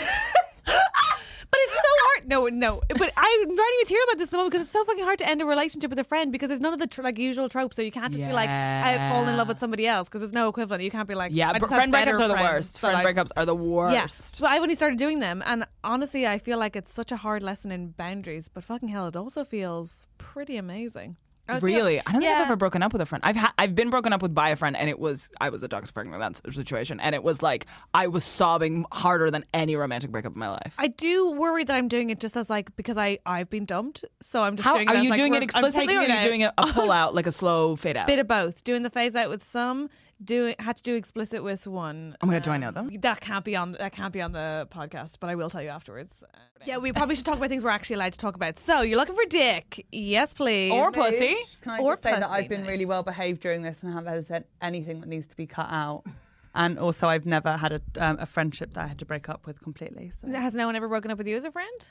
Speaker 1: But it's so hard. No, no. But I'm writing material about this at the moment because it's so fucking hard to end a relationship with a friend because there's none of the tr- like usual tropes. So you can't just be like, I fall in love with somebody else because there's no equivalent. You can't be like,
Speaker 7: yeah,
Speaker 1: I
Speaker 7: br-
Speaker 1: just have
Speaker 7: friend
Speaker 1: better
Speaker 7: breakups are the
Speaker 1: friends
Speaker 7: worst.
Speaker 1: that
Speaker 7: Friend
Speaker 1: I-
Speaker 7: breakups are the worst.
Speaker 1: yeah. So I've only started doing them. And honestly, I feel like it's such a hard lesson in boundaries, but fucking hell, it also feels pretty amazing. I would feel-
Speaker 7: Really? I don't think
Speaker 1: Yeah.
Speaker 7: I've ever broken up with a friend. I've ha- I've been broken up with by a friend, and it was I was a toxic friend in that situation, and it was like I was sobbing harder than any romantic breakup in my life.
Speaker 1: I do worry that I'm doing it just as like because I I've been dumped, so I'm just
Speaker 7: How
Speaker 1: doing
Speaker 7: are
Speaker 1: it as,
Speaker 7: you
Speaker 1: like,
Speaker 7: doing
Speaker 1: we're-
Speaker 7: it
Speaker 1: I'm
Speaker 7: explicitly,
Speaker 1: taking
Speaker 7: or are
Speaker 1: it
Speaker 7: you
Speaker 1: out.
Speaker 7: doing it a pull out, like a slow fade out?
Speaker 1: Bit of both. Doing the phase out with some, doing had to do explicit with one.
Speaker 7: oh my god, do I know them?
Speaker 1: That can't be on that can't be on the podcast, but I will tell you afterwards. Yeah, <laughs> we probably should talk about things we're actually allowed to talk about. So you're looking for dick, yes, please,
Speaker 7: Or pussy?
Speaker 2: Can I
Speaker 1: Or
Speaker 2: just say that
Speaker 1: pussy,
Speaker 2: I've been
Speaker 1: nice.
Speaker 2: really well behaved during this and haven't said anything that needs to be cut out. <laughs> And also, I've never had a, um, a friendship that I had to break up with completely. So.
Speaker 1: Has no one ever broken up with you as a friend?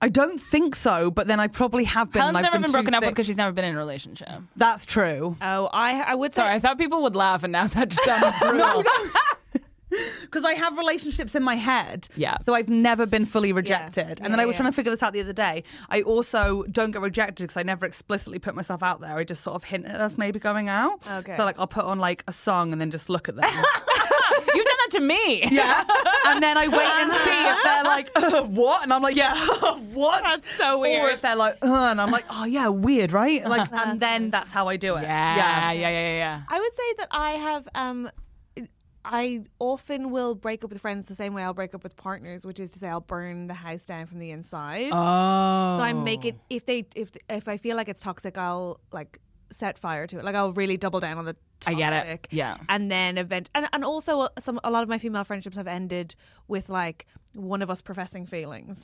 Speaker 2: I don't think so, but then I probably have been.
Speaker 7: Helen's
Speaker 2: and I've
Speaker 7: never been,
Speaker 2: too
Speaker 7: broken up with
Speaker 2: thick.
Speaker 7: because she's never been in a relationship.
Speaker 2: That's true.
Speaker 1: Oh, I I would
Speaker 7: Sorry,
Speaker 1: say
Speaker 7: I thought people would laugh, and now that just sounds brutal.
Speaker 2: Because I have relationships in my head.
Speaker 7: Yeah.
Speaker 2: So I've never been fully rejected. And then
Speaker 1: Yeah,
Speaker 2: I was
Speaker 1: yeah.
Speaker 2: trying to figure this out the other day. I also don't get rejected because I never explicitly put myself out there. I just sort of hint at us maybe going out.
Speaker 1: Okay.
Speaker 2: So like I'll put on like a song and then just look at them.
Speaker 1: <laughs>
Speaker 7: You've done that to me.
Speaker 2: yeah. <laughs> And then I wait and see if
Speaker 7: Uh-huh.
Speaker 2: they're like, uh, what? And I'm like, yeah, <laughs> what?
Speaker 1: That's so
Speaker 2: Or
Speaker 1: weird.
Speaker 2: if they're like, uh, and I'm like, oh yeah, weird, right? Like, and then that's how I do it.
Speaker 7: Uh-huh. Yeah, yeah, yeah, yeah, yeah.
Speaker 5: I would say that I have. Um, I often will break up with friends the same way I'll break up with partners, which is to say I'll burn the house down from the inside.
Speaker 1: Um,
Speaker 7: Oh.
Speaker 5: So I make it if they if if I feel like it's toxic, I'll like set fire to it. Like I'll really double down on the.
Speaker 7: I
Speaker 5: Toxic.
Speaker 7: get it. Yeah.
Speaker 5: and then event and and also uh, some a lot of my female friendships have ended with like one of us professing feelings.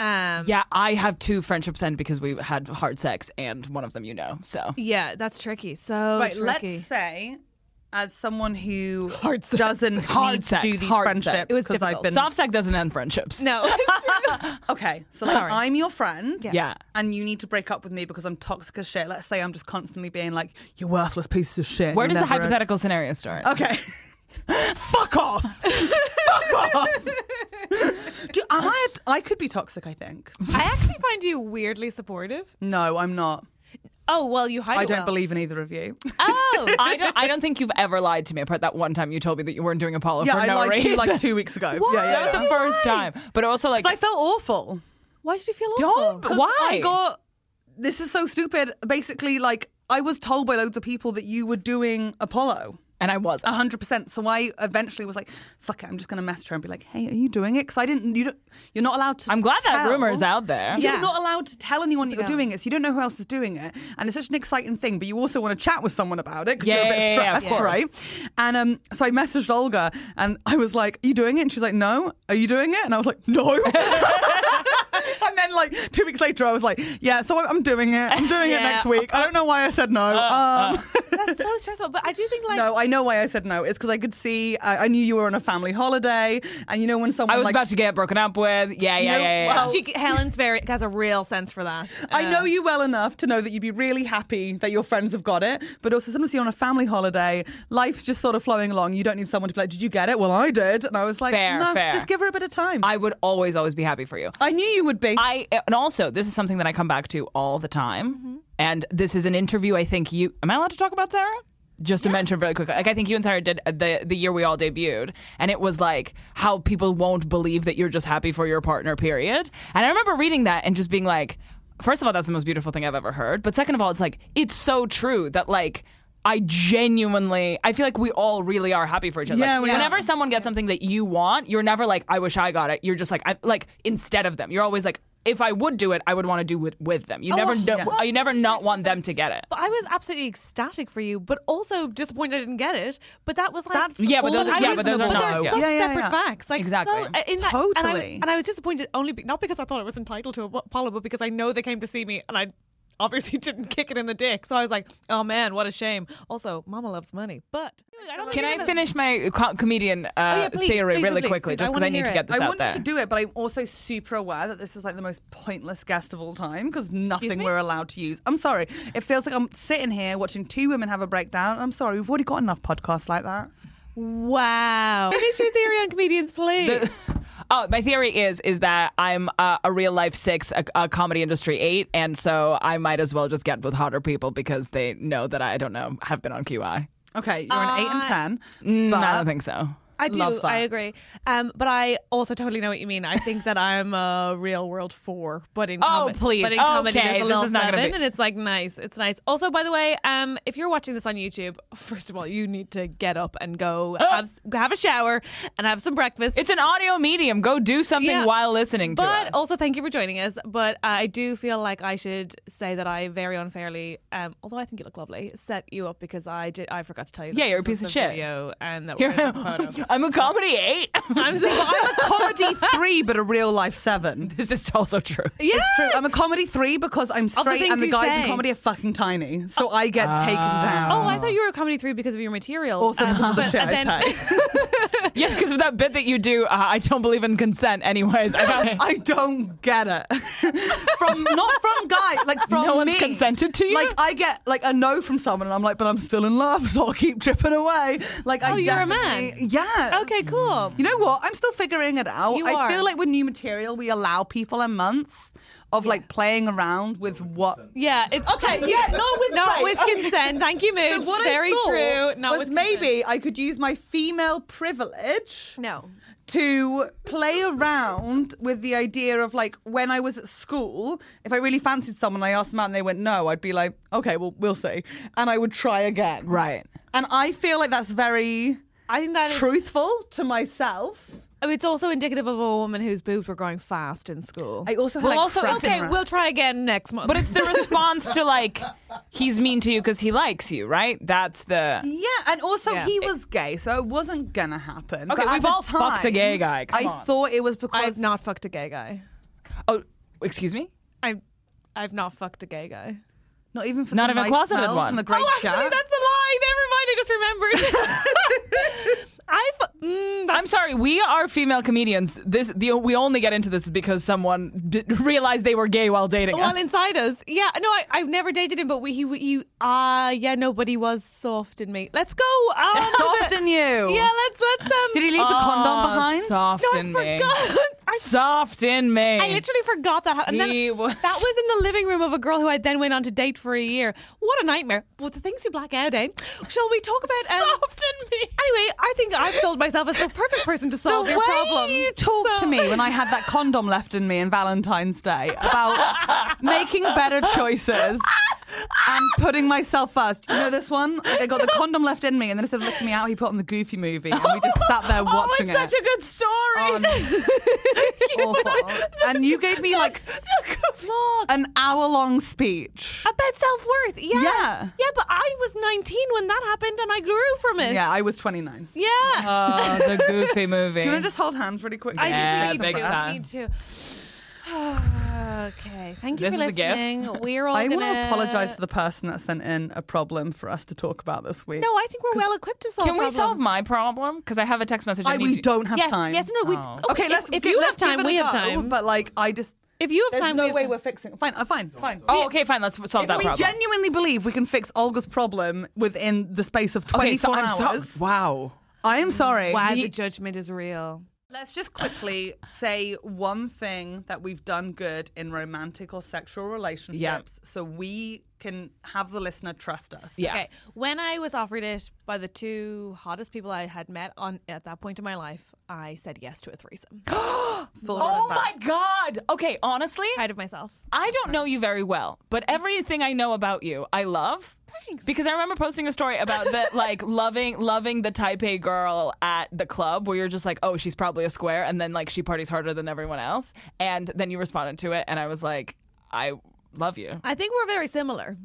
Speaker 5: Um,
Speaker 7: Yeah, I have two friendships end because we had hard sex, and one of them you know. So
Speaker 5: yeah, that's tricky. So
Speaker 2: Right,
Speaker 5: tricky.
Speaker 2: let's say, as someone who
Speaker 7: Hard sex.
Speaker 2: doesn't
Speaker 7: Hard
Speaker 2: need
Speaker 7: sex,
Speaker 2: to do these
Speaker 7: hard sex.
Speaker 2: friendships
Speaker 7: It was
Speaker 2: because I've been
Speaker 7: soft sex doesn't end friendships.
Speaker 5: no. <laughs>
Speaker 2: okay. So like,
Speaker 7: Sorry.
Speaker 2: I'm your friend,
Speaker 7: Yeah.
Speaker 2: and you need to break up with me because I'm toxic as shit. Let's say I'm just constantly being like, "You worthless pieces of shit."
Speaker 7: Where
Speaker 2: you're
Speaker 7: does the
Speaker 2: never a-"
Speaker 7: hypothetical scenario start?
Speaker 2: Okay. Fuck off. <laughs> Fuck off. Do, am I? a- I could be toxic. I think.
Speaker 5: I actually find you weirdly supportive.
Speaker 2: No, I'm not.
Speaker 5: Oh well, you hide.
Speaker 2: I
Speaker 5: it
Speaker 2: don't
Speaker 5: well.
Speaker 2: believe in either of
Speaker 7: <laughs>
Speaker 2: you.
Speaker 5: Oh,
Speaker 7: I don't. I don't think you've ever lied to me apart that one time you told me that you weren't doing Apollo
Speaker 2: yeah,
Speaker 7: for
Speaker 2: I
Speaker 7: no
Speaker 2: lied to
Speaker 7: reason.
Speaker 2: you like two weeks ago. Yeah, yeah.
Speaker 7: that was the first time. But also like,
Speaker 2: Because I felt awful.
Speaker 5: why did you feel awful?
Speaker 7: don't.
Speaker 2: 'Cause
Speaker 7: Why?
Speaker 2: I got this is so stupid. Basically, like I was told by loads of people that you were doing Apollo.
Speaker 7: and I was.
Speaker 2: A hundred percent. So I eventually was like, "Fuck it," I'm just gonna message her and be like, "Hey, are you doing it?" Because I didn't. You don't, you're not allowed to.
Speaker 7: I'm glad that
Speaker 2: tell.
Speaker 7: rumor's out there.
Speaker 2: You're
Speaker 1: Yeah.
Speaker 2: not allowed to tell anyone that you're doing it, so you don't know who else is doing it. And it's such an exciting thing, but you also want to chat with someone about it because
Speaker 7: Yeah,
Speaker 2: you're a
Speaker 7: yeah,
Speaker 2: bit
Speaker 7: yeah, yeah, of
Speaker 2: stressed,
Speaker 7: course.
Speaker 2: right? And um, so I messaged Olga and I was like, "Are you doing it?" And she was like, "No." Are you doing it? And I was like, "No." <laughs> and then like two weeks later, I was like, "Yeah, so I'm doing it. I'm doing it
Speaker 5: Yeah.
Speaker 2: next week." I don't know why I said no.
Speaker 7: Uh,
Speaker 2: um,
Speaker 5: That's so stressful. But I do think like
Speaker 2: no, I know why I said no. It's because I could see. I, I knew you were on a family holiday, and you know when someone
Speaker 7: I was
Speaker 2: like,
Speaker 7: about to get broken up with. Yeah, yeah,
Speaker 2: know,
Speaker 7: yeah, yeah.
Speaker 2: well-
Speaker 7: yeah.
Speaker 5: she, Helen's very has a real sense for that. Um,
Speaker 2: I know you well enough to know that you'd be really happy that your friends have got it, but also sometimes you're on a family holiday. Life's just sort of flowing along. You don't need someone to be like, "Did you get it?" Well, I did, and I was like,
Speaker 7: Fair,
Speaker 2: "No,
Speaker 7: fair.
Speaker 2: just give her a bit of time." I,
Speaker 7: I would always, always be happy for you.
Speaker 2: knew you would be.
Speaker 7: I and also this is something that I come back to all the time,
Speaker 2: Mm-hmm.
Speaker 7: and this is an interview. I think you am I allowed to talk about Sarah? Just to mention really quickly, like I think you and Sarah did uh, the the year we all debuted, and it was like how people won't believe that you're just happy for your partner. Period. And I remember reading that and just being like, first of all, that's the most beautiful thing I've ever heard, but second of all, it's like it's so true that like. I genuinely, I feel like we all really are happy for each other.
Speaker 2: Yeah,
Speaker 7: Like,
Speaker 2: we are.
Speaker 7: whenever someone gets something that you want, you're never like, I wish I got it. You're just like, I like instead of them, you're always like, if I would do it, I would want to do it with them. You
Speaker 1: Oh,
Speaker 7: never
Speaker 1: a
Speaker 7: know.
Speaker 1: hundred
Speaker 7: You never not want them to get it.
Speaker 1: But I was absolutely ecstatic for you, but also disappointed I didn't get it. But that was like
Speaker 2: That's
Speaker 7: Yeah, but those are-
Speaker 1: I
Speaker 7: yeah,
Speaker 1: was-
Speaker 7: but those are not-
Speaker 1: they're
Speaker 7: yeah.
Speaker 1: such
Speaker 2: Yeah, yeah,
Speaker 1: separate
Speaker 2: yeah.
Speaker 1: facts. Like
Speaker 7: Exactly.
Speaker 1: so- in that- And I, was,
Speaker 2: Totally.
Speaker 1: and I was disappointed only be, not because I thought I was entitled to Apollo, but because I know they came to see me and I obviously <laughs> didn't kick it in the dick. So I was like, oh man, what a shame. Also, Mama loves money, but I don't
Speaker 7: Can
Speaker 1: think
Speaker 7: I
Speaker 1: it-
Speaker 7: finish my co- comedian uh,
Speaker 1: yeah, please,
Speaker 7: theory
Speaker 1: please,
Speaker 7: really
Speaker 1: please,
Speaker 7: quickly,
Speaker 1: please. I
Speaker 7: just because
Speaker 1: wanna
Speaker 7: I need
Speaker 1: hear
Speaker 7: to
Speaker 1: it.
Speaker 7: get this
Speaker 2: I
Speaker 7: out
Speaker 2: wanted
Speaker 7: there?
Speaker 2: to do it, but I'm also super aware that this is like the most pointless guest of all time because nothing
Speaker 7: me?
Speaker 2: we're allowed to use. I'm sorry. It feels like I'm sitting here watching two women have a breakdown. I'm sorry. We've already got enough podcasts like that.
Speaker 1: Wow. Finish your theory on comedians, please.
Speaker 7: Oh, my theory is is that I'm uh, a real life six, a, a comedy industry eight, and so I might as well just get with hotter people because they know that I don't know have been on QI.
Speaker 2: Okay, you're an eight and
Speaker 1: Uh,
Speaker 2: ten.
Speaker 7: No,
Speaker 2: but
Speaker 7: I don't think so.
Speaker 1: I do.
Speaker 2: Love
Speaker 1: I
Speaker 2: that.
Speaker 1: agree. Um, but I also totally know what you mean. I think that I'm a real world four, but in
Speaker 7: Oh,
Speaker 1: com-
Speaker 7: please.
Speaker 1: but in comedy,
Speaker 7: Okay,
Speaker 1: there's a
Speaker 7: this
Speaker 1: little
Speaker 7: is not gonna
Speaker 1: seven,
Speaker 7: be-
Speaker 1: and it's like nice. It's nice. Also, by the way, um, if you're watching this on YouTube, <laughs> first of all, you need to get up and
Speaker 7: <gasps>
Speaker 1: go have have a shower and have some breakfast.
Speaker 7: It's an audio medium. Go do something
Speaker 1: Yeah.
Speaker 7: while listening to
Speaker 1: But
Speaker 7: it.
Speaker 1: also, thank you for joining us. But I do feel like I should say that I very unfairly, um, although I think you look lovely, set you up because I did. I forgot to tell you. That
Speaker 7: Yeah, you're a
Speaker 1: this was
Speaker 7: piece of
Speaker 1: the
Speaker 7: shit.
Speaker 1: Video and that
Speaker 7: You're-
Speaker 1: we're in the
Speaker 2: <laughs>
Speaker 1: <laughs> photo.
Speaker 7: I'm a comedy eight.
Speaker 1: I'm so
Speaker 2: I'm a comedy
Speaker 1: <laughs>
Speaker 2: three, but a real life seven.
Speaker 7: this is also true.
Speaker 1: Yeah,
Speaker 2: It's true. I'm a comedy three because I'm straight
Speaker 1: things
Speaker 2: and the
Speaker 1: you
Speaker 2: guys
Speaker 1: say.
Speaker 2: in comedy are fucking tiny. So I get taken down.
Speaker 1: Oh, I thought you were a comedy three because of your material.
Speaker 2: Also,
Speaker 1: Um,
Speaker 2: this
Speaker 1: <laughs> but
Speaker 2: is the shit I
Speaker 1: then-
Speaker 2: say.
Speaker 7: Yeah, because of that bit that you do, uh, I don't believe in consent. Anyways, I
Speaker 2: <laughs>
Speaker 7: don't.
Speaker 2: I don't get it. <laughs> from not from guy, like from
Speaker 7: No one's
Speaker 2: me.
Speaker 7: consented to you?
Speaker 2: Like I get like a no from someone, and I'm like, but I'm still in love, <laughs> so I'll keep tripping away. Like, I
Speaker 1: Oh, you're a
Speaker 2: definitely-
Speaker 1: man.
Speaker 2: Yeah.
Speaker 1: okay, cool.
Speaker 2: You know what? I'm still figuring it out.
Speaker 1: You
Speaker 2: I
Speaker 1: are.
Speaker 2: feel like with new material, we allow people a month of like playing around with what.
Speaker 1: Yeah, it's okay.
Speaker 2: yeah, not with
Speaker 1: not
Speaker 2: right,
Speaker 1: with
Speaker 2: okay.
Speaker 1: consent. Thank you, Midge.
Speaker 2: So what
Speaker 1: Very
Speaker 2: I thought
Speaker 1: true. Not
Speaker 2: was
Speaker 1: with
Speaker 2: maybe I could use my female privilege.
Speaker 1: No.
Speaker 2: to play around with the idea of like when I was at school, if I really fancied someone, I asked them out and they went no, I'd be like, okay, well, we'll see. And I would try again.
Speaker 7: Right.
Speaker 2: And I feel like that's very
Speaker 1: I think that is. Oh,
Speaker 2: truthful to myself.
Speaker 1: It's also indicative of a woman whose boobs were growing fast in school.
Speaker 2: I also had
Speaker 7: Well,
Speaker 2: a
Speaker 7: also,
Speaker 2: crush
Speaker 7: it's-
Speaker 1: okay,
Speaker 2: on-
Speaker 1: we'll try again next month.
Speaker 7: But it's the response to like he's mean to you because he likes you, right? That's the
Speaker 2: Yeah, and also
Speaker 1: Yeah.
Speaker 2: he was gay, so it wasn't gonna happen.
Speaker 7: Okay,
Speaker 2: But at
Speaker 7: we've
Speaker 2: the
Speaker 7: all fucked a gay
Speaker 2: time,
Speaker 7: guy, come
Speaker 2: I
Speaker 7: on.
Speaker 2: thought it was because
Speaker 1: I've not fucked a gay guy.
Speaker 7: oh, excuse me.
Speaker 1: I, I've not fucked a gay
Speaker 2: <laughs>
Speaker 1: guy. <laughs>
Speaker 2: not even for
Speaker 7: Not
Speaker 2: the
Speaker 7: even
Speaker 2: nice
Speaker 7: closeted
Speaker 2: smells
Speaker 7: one.
Speaker 2: and the great
Speaker 1: oh, actually,
Speaker 2: chat.
Speaker 1: that's a lie. Never mind. I just
Speaker 2: <laughs>
Speaker 1: remembered. I. Fu- mm,
Speaker 7: I'm sorry. We are female comedians. This the we only get into this is because someone d- realized they were gay while dating
Speaker 1: Well,
Speaker 7: us.
Speaker 1: inside us, yeah. No, I, I've never dated him, but we, he, he, ah, yeah, no, but he was soft in me. Let's go. Oh,
Speaker 2: <laughs> Soft in you.
Speaker 1: Yeah, let's let's um. Ah.
Speaker 2: Did he leave the condom
Speaker 7: Oh,
Speaker 2: behind?
Speaker 7: Soft
Speaker 1: No, I
Speaker 7: in me.
Speaker 1: forgot. <laughs> I,
Speaker 7: Soft in me.
Speaker 1: I literally forgot that. And then
Speaker 7: He was-
Speaker 1: <laughs> that was in the living room of a girl who I then went on to date for a year. What a nightmare! Well, the things you black out, eh? Shall we talk about um,
Speaker 7: Soft in me.
Speaker 1: Anyway, I think I've sold myself as the perfect person to solve
Speaker 2: the
Speaker 1: your
Speaker 2: way
Speaker 1: problem.
Speaker 2: you talked to me
Speaker 1: <laughs>
Speaker 2: when I had
Speaker 7: <laughs>
Speaker 2: that condom left in me in Valentine's Day about making better choices and putting myself first. You know this one? Like I got the condom left in me, and then instead of looking me out, he put on the Goofy movie, and we just sat there
Speaker 7: <laughs> Oh,
Speaker 2: watching
Speaker 7: it's
Speaker 2: it.
Speaker 7: such
Speaker 2: <laughs>
Speaker 7: a good story.
Speaker 1: <laughs>
Speaker 2: Awful. And you gave me like
Speaker 1: Look,
Speaker 2: an hour long speech.
Speaker 1: about self worth. Yeah.
Speaker 2: Yeah.
Speaker 1: Yeah, but I was 19 when that happened and I grew from it.
Speaker 2: Yeah, I was 29.
Speaker 1: Yeah.
Speaker 7: Oh, the
Speaker 2: <laughs>
Speaker 7: goofy movie.
Speaker 2: Do you want to just hold hands really quickly?
Speaker 1: I
Speaker 7: Yeah,
Speaker 1: think we need
Speaker 7: big
Speaker 1: to.
Speaker 7: time.
Speaker 1: We need to. <sighs> okay. Thank you
Speaker 7: This
Speaker 1: for
Speaker 7: is a gift. <laughs>
Speaker 1: listening. We're all
Speaker 2: I
Speaker 1: going
Speaker 2: want to apologize to the person that sent in a problem for us to talk about this week.
Speaker 1: No, I think we're well equipped to solve
Speaker 7: Can we solve
Speaker 1: problems.
Speaker 7: my problem? Because I have a text message. I,
Speaker 2: I,
Speaker 7: need
Speaker 2: we
Speaker 7: to-
Speaker 2: don't have
Speaker 1: Yes,
Speaker 2: time.
Speaker 1: yes, no, we.
Speaker 7: Oh.
Speaker 2: Okay, let's.
Speaker 1: If, if
Speaker 2: gi-
Speaker 1: you
Speaker 2: let's
Speaker 1: have time,
Speaker 2: give it
Speaker 1: we
Speaker 2: a
Speaker 1: have
Speaker 2: go,
Speaker 1: time.
Speaker 2: But like, I just.
Speaker 1: if you have
Speaker 2: There's
Speaker 1: time,
Speaker 2: no
Speaker 1: we have
Speaker 2: way
Speaker 1: time.
Speaker 2: we're fixing. Fine, uh, fine, fine.
Speaker 7: Oh, okay, fine. Let's solve
Speaker 2: if
Speaker 7: that
Speaker 2: we
Speaker 7: problem.
Speaker 2: genuinely believe we can fix Olga's problem within the space of 24
Speaker 7: okay, so I'm so-
Speaker 2: hours,
Speaker 7: wow.
Speaker 2: I am sorry.
Speaker 1: Why the judgment is real.
Speaker 2: Let's just quickly say one thing that we've done good in romantic or sexual relationships. So we can have the listener trust us.
Speaker 7: Yeah.
Speaker 1: Okay. When I was offered it by the two hottest people I had met on at that point in my life, I said yes to a
Speaker 7: <gasps>
Speaker 1: threesome.
Speaker 2: Full
Speaker 7: Oh
Speaker 2: respect.
Speaker 7: my god. Okay, honestly,
Speaker 1: Proud of myself.
Speaker 7: I don't know you very well, but everything I know about you, I love. Thanks. Because I remember posting a story about
Speaker 2: <laughs>
Speaker 7: that, like loving loving the type A girl at the club, where you're just like, oh, she's probably a square, and then like she parties harder than everyone else, and then you responded to it, and I was like, I love you.
Speaker 1: I think we're very similar.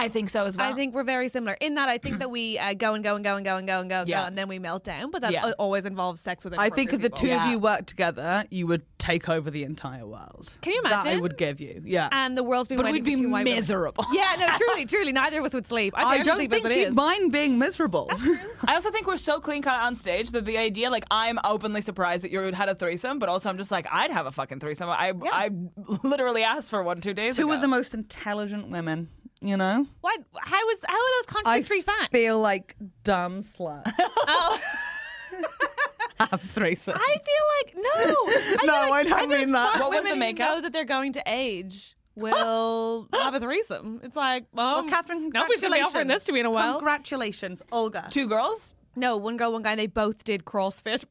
Speaker 7: I think so as
Speaker 1: I think we're very similar in that I think that we uh, go and go and go and go and go and go and
Speaker 7: Yeah.
Speaker 1: go and then we melt down, but that
Speaker 7: Yeah.
Speaker 1: al- always involves sex with.
Speaker 2: I think if the
Speaker 1: inappropriate
Speaker 2: two
Speaker 1: people.
Speaker 2: of you worked together, you would take over the entire world.
Speaker 1: Can you
Speaker 2: That I
Speaker 1: imagine?
Speaker 2: would give you. Yeah.
Speaker 1: and the world's been
Speaker 7: but
Speaker 1: waiting
Speaker 7: we'd be
Speaker 1: for two white women.
Speaker 7: miserable.
Speaker 1: Yeah, no, truly, truly, neither of us would sleep. I,
Speaker 2: I
Speaker 1: barely
Speaker 2: don't
Speaker 1: sleep
Speaker 2: think
Speaker 1: as it
Speaker 2: you'd
Speaker 1: is.
Speaker 2: mind being miserable.
Speaker 7: <laughs> I also think we're so clean cut on stage that the idea, like, I'm openly surprised that you had a threesome, but also I'm just like, I'd have a fucking threesome. I, I literally asked for one two days
Speaker 2: two
Speaker 7: ago.
Speaker 2: of the most intelligent women, you know?
Speaker 1: Why? How is how are those contradictory facts?
Speaker 2: feel like dumb
Speaker 1: <laughs>
Speaker 2: slut.
Speaker 1: Oh,
Speaker 2: Have threesome.
Speaker 1: I feel like no. I
Speaker 2: <laughs>
Speaker 1: feel
Speaker 2: No, I
Speaker 1: like,
Speaker 2: don't
Speaker 1: feel like
Speaker 2: mean that.
Speaker 1: smart
Speaker 7: What was
Speaker 1: women
Speaker 7: the
Speaker 1: who
Speaker 7: makeup?
Speaker 1: know that they're going to age
Speaker 7: <laughs>
Speaker 1: will have a threesome. It's like, um, well,
Speaker 2: Well, Catherine,
Speaker 1: nobody's gonna be offering
Speaker 2: congratulations.
Speaker 1: this to me in a while.
Speaker 2: Congratulations, Olga.
Speaker 7: Two girls?
Speaker 1: no, one girl, one guy. They both did <laughs> CrossFit.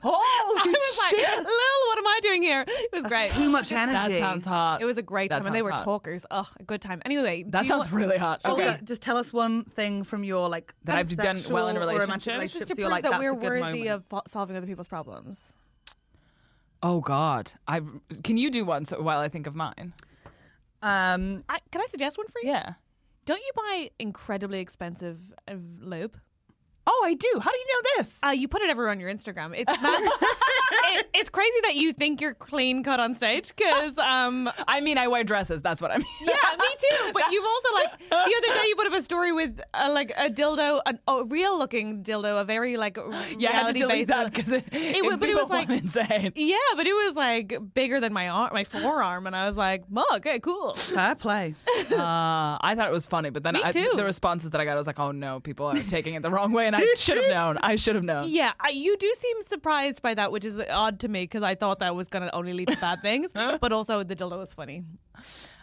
Speaker 1: I
Speaker 7: Holy
Speaker 1: was like,
Speaker 7: shit.
Speaker 1: Lil, what am I doing here? It was great.
Speaker 2: Too much
Speaker 7: that
Speaker 2: energy.
Speaker 7: sounds hot.
Speaker 1: It was a great
Speaker 7: That
Speaker 1: time, and they
Speaker 7: sounds
Speaker 1: were
Speaker 7: hot.
Speaker 1: talkers. Ugh, a good time. Anyway, do
Speaker 7: That
Speaker 1: you
Speaker 7: sounds
Speaker 1: want- Oh,
Speaker 7: really hot.
Speaker 2: Olga,
Speaker 7: Okay.
Speaker 2: Oh, just tell us one thing from your like
Speaker 7: That I've done well in
Speaker 2: sexual or romantic
Speaker 7: relationships?
Speaker 1: just
Speaker 2: relationships
Speaker 1: to
Speaker 2: that you're
Speaker 1: prove
Speaker 2: like,
Speaker 1: that
Speaker 2: "That's
Speaker 1: we're
Speaker 2: a good
Speaker 1: worthy
Speaker 2: moment."
Speaker 1: of fo- solving other people's problems.
Speaker 7: Oh God. I can you do one so, while I think of mine?
Speaker 2: <laughs> Um,
Speaker 1: I, can I suggest one for you?
Speaker 7: Yeah.
Speaker 1: Don't you buy incredibly expensive uh, lube?
Speaker 7: Oh, I do. How do you know this?
Speaker 1: Uh, you put it everywhere on your Instagram. It's not, <laughs> it, it's crazy that you think you're clean cut on stage because um,
Speaker 7: I mean, I wear dresses. That's what I mean.
Speaker 1: <laughs> yeah, me too. But you've also like the other day you put up a story with uh, like a dildo, an, a real looking dildo, a very like
Speaker 7: <laughs>
Speaker 1: <laughs>
Speaker 7: yeah, I had to
Speaker 1: reality
Speaker 7: delete
Speaker 1: based.
Speaker 7: <laughs> that because it, it,
Speaker 1: wa- but it
Speaker 7: people
Speaker 1: was like-
Speaker 7: went <laughs> insane.
Speaker 1: yeah, but it was like bigger than my arm, my forearm, and I was like, "Mug, okay, cool."
Speaker 2: fair play.
Speaker 7: Uh, I thought it was funny, but then
Speaker 1: Me
Speaker 7: I,
Speaker 1: too.
Speaker 7: the responses that I got, I was like, "Oh no,
Speaker 1: <laughs>
Speaker 7: people are taking it the wrong way," and I should have known. I should have known.
Speaker 1: Yeah, I, you do seem surprised by that, which is uh, odd to me because I thought that was going to only lead to bad <laughs> things. but also, the dildo was funny.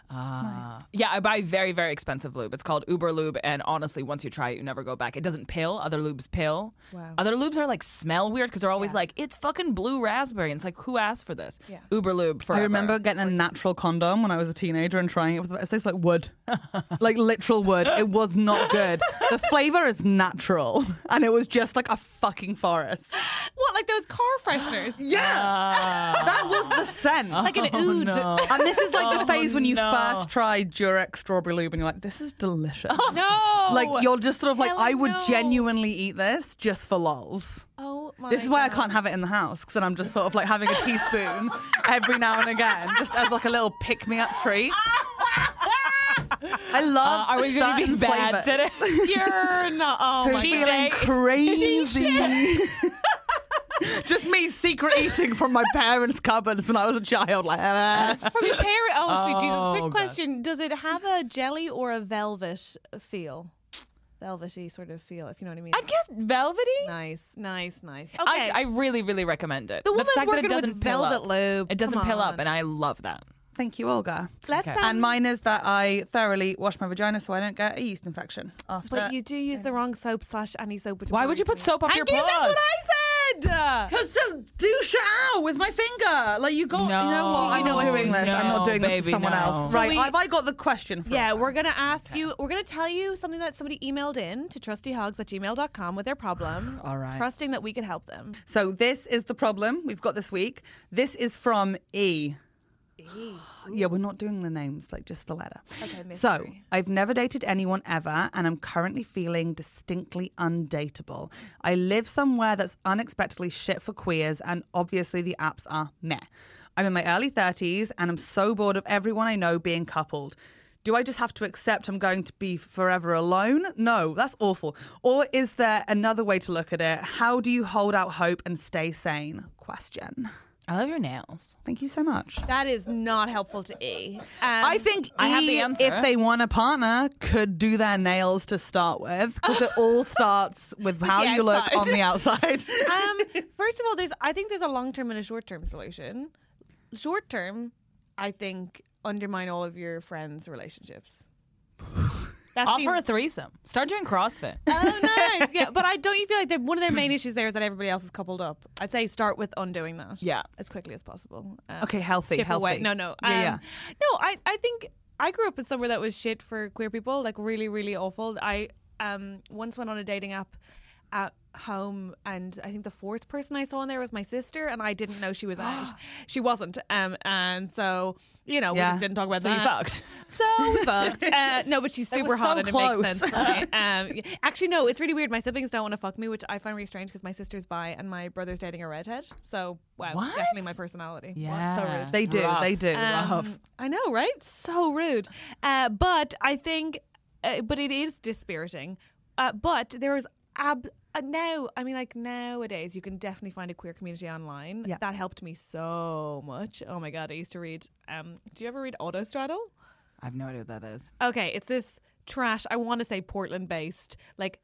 Speaker 7: Uh, Yeah, I buy very, very expensive lube. It's called Uber Lube, and honestly, once you try it, you never go back. It doesn't pill. Other lubes pill.
Speaker 1: Wow.
Speaker 7: Other lubes are like smell weird because they're always like, "It's fucking blue raspberry," and it's like, who asked for this?
Speaker 1: Yeah.
Speaker 7: Uber Lube. Forever.
Speaker 2: I
Speaker 7: <laughs>
Speaker 2: remember getting a natural condom when I was a teenager and trying it. With, it tastes like wood, <laughs> like literal wood. It was not good. The flavor is natural, <laughs> and it was just like a fucking forest.
Speaker 1: What, like those car fresheners?
Speaker 2: Yeah,
Speaker 7: Ah.
Speaker 1: <laughs>
Speaker 2: that was the scent.
Speaker 1: like an ood.
Speaker 7: no.
Speaker 2: <laughs> and this is like
Speaker 7: Oh,
Speaker 2: the phase when you
Speaker 7: no.
Speaker 2: first try Durex strawberry lube, and you're like, "This is delicious."
Speaker 1: <laughs> No.
Speaker 2: Like you're just sort of like,
Speaker 1: Hell
Speaker 2: "I would
Speaker 1: no.
Speaker 2: genuinely eat this just for lols."
Speaker 1: Oh my.
Speaker 2: This is why I
Speaker 1: God.
Speaker 2: can't have it in the house because then I'm just sort of like having a teaspoon <laughs> every now and again, just as like a little pick me up treat. I
Speaker 7: Uh,
Speaker 2: love.
Speaker 7: are we going to be
Speaker 2: certain
Speaker 7: bad
Speaker 2: flavours.
Speaker 7: today?
Speaker 1: <laughs>
Speaker 2: <laughs>
Speaker 7: You're not. <laughs> Oh
Speaker 2: Who's feeling
Speaker 7: <laughs>
Speaker 2: crazy? <laughs> just me secret eating from my parents' cupboards when I was a child. Like, <laughs> uh,
Speaker 1: From your parent. Oh, sweet
Speaker 7: Oh,
Speaker 1: Jesus.
Speaker 7: God.
Speaker 1: Quick question: Does it have a jelly or a velvet feel? Velvety sort of feel, if you know what I mean.
Speaker 7: I guess velvety.
Speaker 1: Nice, nice, nice. Okay.
Speaker 7: I, I really, really recommend it.
Speaker 1: The woman's
Speaker 7: fact that it
Speaker 1: working with
Speaker 7: doesn't pill
Speaker 1: velvet
Speaker 7: up.
Speaker 1: lube.
Speaker 7: It doesn't
Speaker 1: Come
Speaker 7: pill up,
Speaker 1: on.
Speaker 7: and I love that.
Speaker 2: thank you, Olga.
Speaker 1: Let's. Um,
Speaker 2: And mine is that I thoroughly wash my vagina so I don't get a yeast infection after.
Speaker 1: But you do use the wrong soap slash any soap. Which
Speaker 7: Why would you put
Speaker 1: worries me.
Speaker 7: soap up
Speaker 1: Thank
Speaker 7: your
Speaker 1: you, That's what
Speaker 7: puss?
Speaker 1: I said.
Speaker 2: Cause the douche ow with my finger. Like you got. you know
Speaker 7: No,
Speaker 2: what? I'm not
Speaker 7: no,
Speaker 2: doing this. I'm not
Speaker 7: no,
Speaker 2: doing this
Speaker 7: baby,
Speaker 2: for someone
Speaker 7: no.
Speaker 2: else.
Speaker 7: So
Speaker 2: Right?
Speaker 1: we-
Speaker 2: Have I got the question? For
Speaker 1: Yeah,
Speaker 2: us?
Speaker 1: we're going to ask you, we're going to tell you something that somebody emailed in to trustyhogs at gmail.com with their problem.
Speaker 7: <sighs> All right.
Speaker 1: Trusting that we could help them.
Speaker 2: So this is the problem we've got this week. This is from E. Yeah, we're not doing the names, like just the letter.
Speaker 1: Okay, mystery.
Speaker 2: So, I've never dated anyone ever, and I'm currently feeling distinctly undateable. I live somewhere that's unexpectedly shit for queers, and obviously the apps are meh. I'm in my early 30s, and I'm so bored of everyone I know being coupled. Do I just have to accept I'm going to be forever alone? No, that's awful. Or is there another way to look at it? How do you hold out hope and stay sane? Question.
Speaker 7: I love your nails.
Speaker 2: Thank you so much.
Speaker 1: That is not helpful to E. Um,
Speaker 2: I think
Speaker 7: I have the
Speaker 2: E,
Speaker 7: answer.
Speaker 2: if they want a partner, could do their nails to start with because it all starts with how
Speaker 1: the
Speaker 2: you look
Speaker 1: outside.
Speaker 2: on the outside. <laughs>
Speaker 1: um, first of all, there's I think there's a long term and a short term solution. Short term, I think undermine all of your friends' relationships. That's the-
Speaker 7: Offer a threesome. Start doing CrossFit.
Speaker 1: Oh, nice. Yeah, but I don't. You feel like that one of their main issues there is that everybody else is coupled up. I'd say start with undoing that.
Speaker 7: Yeah.
Speaker 1: as quickly as possible. Um,
Speaker 2: Okay, healthy,
Speaker 1: chip away-
Speaker 2: healthy.
Speaker 1: No, no,
Speaker 2: Yeah,
Speaker 1: um,
Speaker 2: yeah.
Speaker 1: no. I, I think I grew up in somewhere that was shit for queer people, like really, really awful. I um once went on a dating app at home and I think the fourth person I saw on there was my sister and I didn't know
Speaker 2: <gasps>
Speaker 1: she was out. She wasn't. Um and so, you know,
Speaker 2: Yeah.
Speaker 1: we just didn't talk about
Speaker 7: So you
Speaker 1: that.
Speaker 7: fucked.
Speaker 1: So we
Speaker 2: <laughs>
Speaker 1: fucked. Uh, no, but she's
Speaker 2: That
Speaker 1: super
Speaker 2: was
Speaker 1: hot
Speaker 2: so
Speaker 1: and it
Speaker 2: close.
Speaker 1: makes sense. Right? <laughs> Um, yeah. actually, no, it's really weird. My siblings don't want to fuck me, which I find really strange because my sister's bi and my brother's dating a redhead. So, wow,
Speaker 7: What?
Speaker 1: definitely my personality. So rude.
Speaker 2: They do, they do.
Speaker 1: Um, I know, right? So rude. Uh, but I think, uh, but it is dispiriting. Uh, but there is ab. Uh, now, I mean, like nowadays, you can definitely find a queer community online.
Speaker 2: Yeah.
Speaker 1: That helped me so much. Oh my god, I used to read. Um, do you ever read Autostraddle?
Speaker 7: <laughs> I have no idea what that is.
Speaker 1: Okay, it's this trash. I want to say Portland-based, like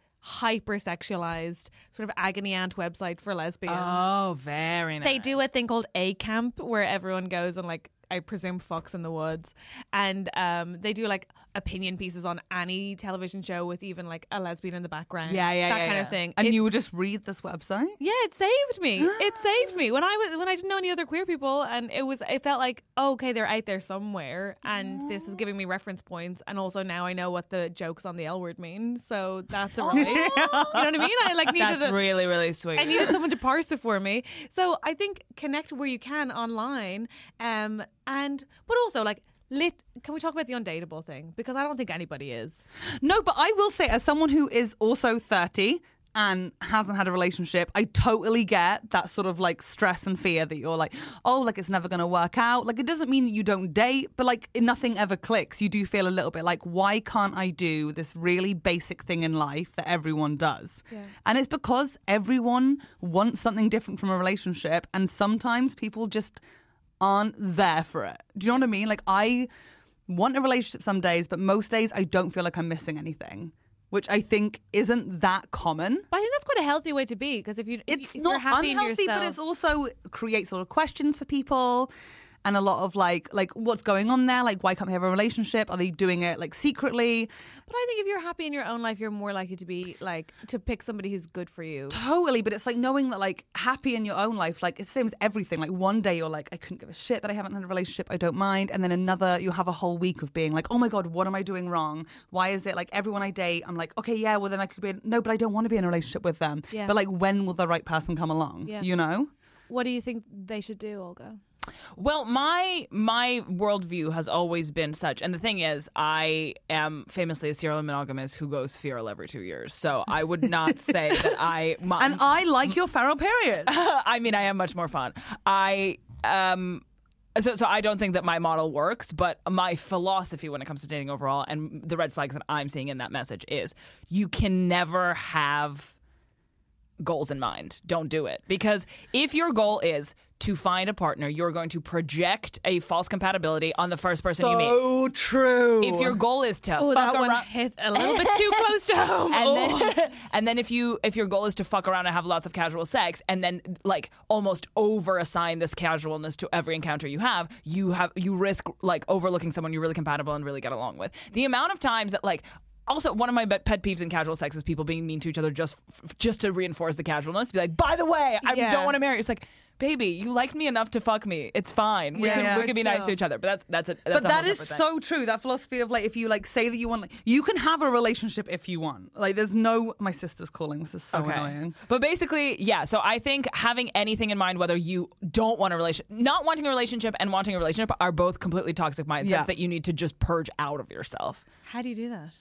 Speaker 1: hypersexualized sort of agony aunt website for lesbians.
Speaker 7: Oh, very nice.
Speaker 1: They do a thing called a camp where everyone goes and like I presume fucks in the woods, and um, they do like opinion pieces on any television show with even like a lesbian in the background.
Speaker 7: Yeah, yeah,
Speaker 1: that
Speaker 7: yeah,
Speaker 1: kind
Speaker 7: yeah.
Speaker 1: of thing.
Speaker 2: And
Speaker 1: It-
Speaker 2: you would just read this website?
Speaker 1: yeah, it saved me.
Speaker 2: <gasps>
Speaker 1: it saved me when I was when I didn't know any other queer people, and it was it felt like oh, okay, they're out there somewhere, and this is giving me reference points, and also now I know what the jokes on the L word mean, so that's
Speaker 2: Oh,
Speaker 1: a relief. you know what I mean? I like needed
Speaker 7: That's
Speaker 1: a,
Speaker 7: really, really sweet.
Speaker 1: I needed someone to parse it for me. So I think connect where you can online, um, and but also like lit. Can we talk about the undateable thing? Because I don't think anybody is.
Speaker 2: No, but I will say, as someone who is also 30 and hasn't had a relationship, I totally get that sort of like stress and fear that you're like, oh, like it's never going to work out. Like it doesn't mean that you don't date, but like nothing ever clicks. You do feel a little bit like, why can't I do this really basic thing in life that everyone does? And it's because everyone wants something different from a relationship. And sometimes people just aren't there for it. Do you know what I mean? Like I want a relationship some days, but most days I don't feel like I'm missing anything, which I think isn't that common.
Speaker 1: But I think that's quite a healthy way to be. Because if you if
Speaker 2: It's
Speaker 1: you're
Speaker 2: not
Speaker 1: happy in
Speaker 2: unhealthy, but
Speaker 1: yourself-
Speaker 2: it's also creates a lot of questions for people and a lot of like like what's going on there? Like why can't they have a relationship? Are they doing it like secretly?
Speaker 1: But I think if you're happy in your own life, you're more likely to be like to pick somebody who's good for you.
Speaker 2: Totally, but it's like knowing that like happy in your own life, like it's the same as everything. Like one day you're like, I couldn't give a shit that I haven't had a relationship, I don't mind. And then another you'll have a whole week of being like, Oh my god, what am I doing wrong? Why is it like everyone I date, I'm like, Okay, yeah, well then I could be in- no, but I don't want to be in a relationship with them.
Speaker 1: Yeah.
Speaker 2: But like when will the right person come along?
Speaker 1: Yeah.
Speaker 2: You know?
Speaker 1: What do you think they should do, Olga?
Speaker 7: Well, my my worldview has always been such, and the thing is, I am famously a serial monogamist who goes feral every two years. So I would
Speaker 1: <laughs>
Speaker 7: not say that I. My,
Speaker 2: And I like your feral
Speaker 7: <laughs>
Speaker 2: period.
Speaker 7: I mean, I am much more fun. I um. So, so I don't think that my model works, but my philosophy when it comes to dating overall and the red flags that I'm seeing in that message is you can never have goals in mind. Don't do it. Because if your goal is to find a partner, you're going to project a false compatibility on the first person you meet.
Speaker 2: so true.
Speaker 7: If your goal is to
Speaker 1: Oh,
Speaker 7: fuck
Speaker 1: that one
Speaker 7: around
Speaker 1: hit
Speaker 7: <laughs>
Speaker 1: a little bit too close to home.
Speaker 7: and then, <laughs> and then if you if your goal is to fuck around and have lots of casual sex and then like almost over assign this casualness to every encounter you have you have you risk like overlooking someone you're really compatible and really get along with the amount of times that like also, one of my pet peeves in casual sex is people being mean to each other just f- just to reinforce the casualness. Be like, by the way, I
Speaker 1: Yeah.
Speaker 7: don't want to marry. you." It's like, baby, you liked me enough to fuck me. It's fine. We
Speaker 2: Yeah,
Speaker 7: can
Speaker 2: yeah.
Speaker 7: we can be nice to each other. But that's that's a that's
Speaker 2: but
Speaker 7: a whole
Speaker 2: that is
Speaker 7: separate thing.
Speaker 2: so true. That philosophy of like, if you like say that you want, like, you can have a relationship if you want. Like, there's no. My sister's calling. This is so annoying.
Speaker 7: But basically, yeah. So I think having anything in mind, whether you don't want a relationship, not wanting a relationship, and wanting a relationship, are both completely toxic mindsets
Speaker 2: Yeah.
Speaker 7: that you need to just purge out of yourself.
Speaker 1: How do you do that?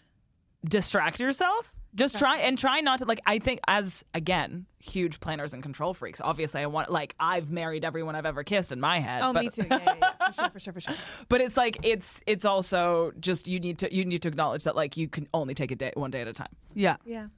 Speaker 7: Distract yourself. Just try and try not to like. I think as again, huge planners and control freaks. Obviously, I want like I've married everyone I've ever kissed in my head.
Speaker 1: Oh,
Speaker 7: but,
Speaker 1: me <laughs> too. Yeah, yeah, yeah. For sure, for sure, for sure.
Speaker 7: <laughs> But it's like it's it's also just you need to you need to acknowledge that like you can only take a day one day at a time.
Speaker 2: Yeah.
Speaker 1: Yeah.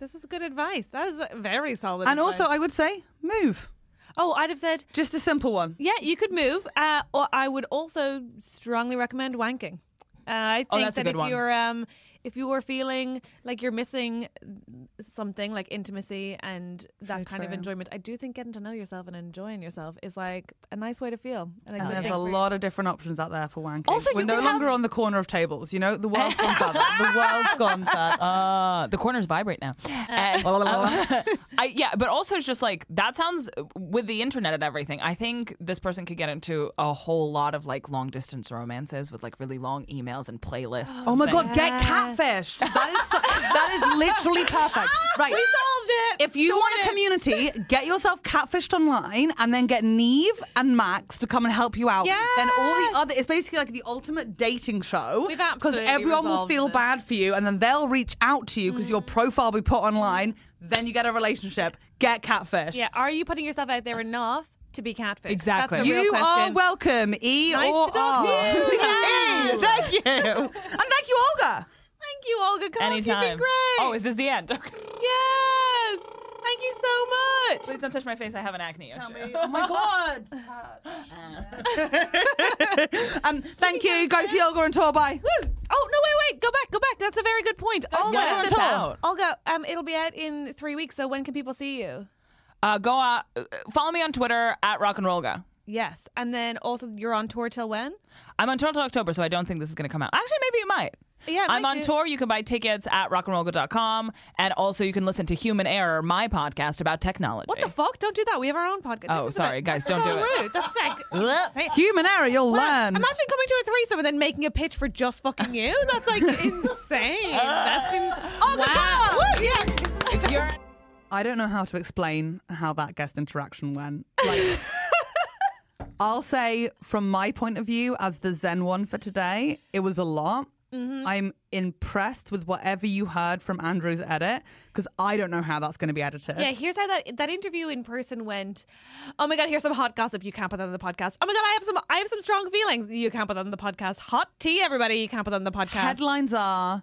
Speaker 1: This is good advice. That is very solid.
Speaker 2: And
Speaker 1: advice.
Speaker 2: also, I would say move.
Speaker 1: oh, I'd have said,
Speaker 2: Just a simple one.
Speaker 1: yeah, you could move. Uh, or I would also strongly recommend wanking. Uh, I
Speaker 7: Oh,
Speaker 1: think
Speaker 7: that's a
Speaker 1: that
Speaker 7: good
Speaker 1: if
Speaker 7: one.
Speaker 1: you're um, if you are feeling like you're missing something like intimacy and that kind of
Speaker 2: true.
Speaker 1: enjoyment, I do think getting to know yourself and enjoying yourself is like a nice way to feel. a
Speaker 7: Oh,
Speaker 2: And
Speaker 1: good
Speaker 2: there's
Speaker 1: thing
Speaker 2: a
Speaker 1: for-
Speaker 2: lot of different options out there for wanking.
Speaker 7: Also,
Speaker 2: We're
Speaker 7: you
Speaker 2: no
Speaker 7: could have-
Speaker 2: longer on the corner of tables. You know, the world's gone further. The
Speaker 7: <laughs>
Speaker 2: world's gone further.
Speaker 7: Uh, the corners
Speaker 2: <laughs>
Speaker 7: vibrate now. And,
Speaker 2: la, la, la.
Speaker 7: um, I, yeah, but also it's just like that sounds with the internet and everything. I think this person could get into a whole lot of like long distance romances with like really long emails and playlists.
Speaker 2: Oh my god, get catfished. That is that is
Speaker 1: <laughs>
Speaker 2: literally perfect. Right.
Speaker 1: We solved it.
Speaker 2: If you want a community, get yourself catfished online and then get Neve and Max to come and help you out. Then all
Speaker 1: Yes.
Speaker 2: the other it's basically like the ultimate dating show.
Speaker 1: We've
Speaker 2: Because
Speaker 1: absolutely
Speaker 2: everyone will
Speaker 1: resolved
Speaker 2: feel
Speaker 1: it. Mm.
Speaker 2: bad for you and then they'll reach out to you because your profile will be put online. Then you get a relationship. Get catfished.
Speaker 1: yeah, are you putting yourself out there enough to be catfish?
Speaker 7: Exactly.
Speaker 1: That's the real
Speaker 2: You are
Speaker 1: question.
Speaker 2: welcome, E
Speaker 1: Nice
Speaker 2: or
Speaker 1: to talk to
Speaker 2: R.
Speaker 1: you.
Speaker 2: <laughs> E, Thank you. And thank you, Olga.
Speaker 1: Thank you, Olga. Come on,
Speaker 7: Anytime.
Speaker 1: You've been great.
Speaker 7: Oh, is this the end? <laughs> Okay.
Speaker 1: yes. Thank you so much.
Speaker 7: Please don't touch my face. I have an acne issue.
Speaker 2: Oh
Speaker 7: <laughs>
Speaker 2: my god. um, thank you. Go see Olga and tour. Bye.
Speaker 1: Woo. Oh no! Wait, wait. Go back. Go back. That's a very good point. Olga,
Speaker 7: when is
Speaker 1: this
Speaker 7: it
Speaker 1: out?
Speaker 7: out?
Speaker 1: Olga, um, it'll be out in three weeks. So when can people see you?
Speaker 7: Uh, go uh, follow me on Twitter at Rock and Roll Go.
Speaker 1: Yes, and then also you're on tour till when?
Speaker 7: I'm on tour until October, so I don't think this is going to come out. Actually, maybe it might.
Speaker 1: Yeah, it
Speaker 7: I'm
Speaker 1: might
Speaker 7: on
Speaker 1: do.
Speaker 7: tour. You can buy tickets at rockandrollgo.com, and also you can listen to Human Error, my podcast about technology.
Speaker 1: What the fuck? Don't do that. We have our own podcast.
Speaker 7: Oh,
Speaker 1: This is a
Speaker 7: sorry,
Speaker 1: bit-
Speaker 7: guys,
Speaker 1: that's
Speaker 7: don't
Speaker 1: so
Speaker 7: do it.
Speaker 1: rude. That's <laughs> like
Speaker 2: Human error, you'll learn.
Speaker 1: Imagine coming to a threesome and then making a pitch for just fucking you. That's like <laughs> insane. That's insane. Oh, wow. Woo, yeah.
Speaker 7: If you're
Speaker 2: I don't know how to explain how that guest interaction went. <laughs> Like, I'll say, from my point of view, as the Zen one for today, it was a lot. I'm impressed with whatever you heard from Andrew's edit because I don't know how that's going to be edited.
Speaker 1: Yeah, here's how that that interview in person went. Oh my god, here's some hot gossip. You can't put that on the podcast. Oh my god, I have some I have some strong feelings. You can't put that on the podcast. Hot tea, everybody. You can't put that on the podcast.
Speaker 2: Headlines are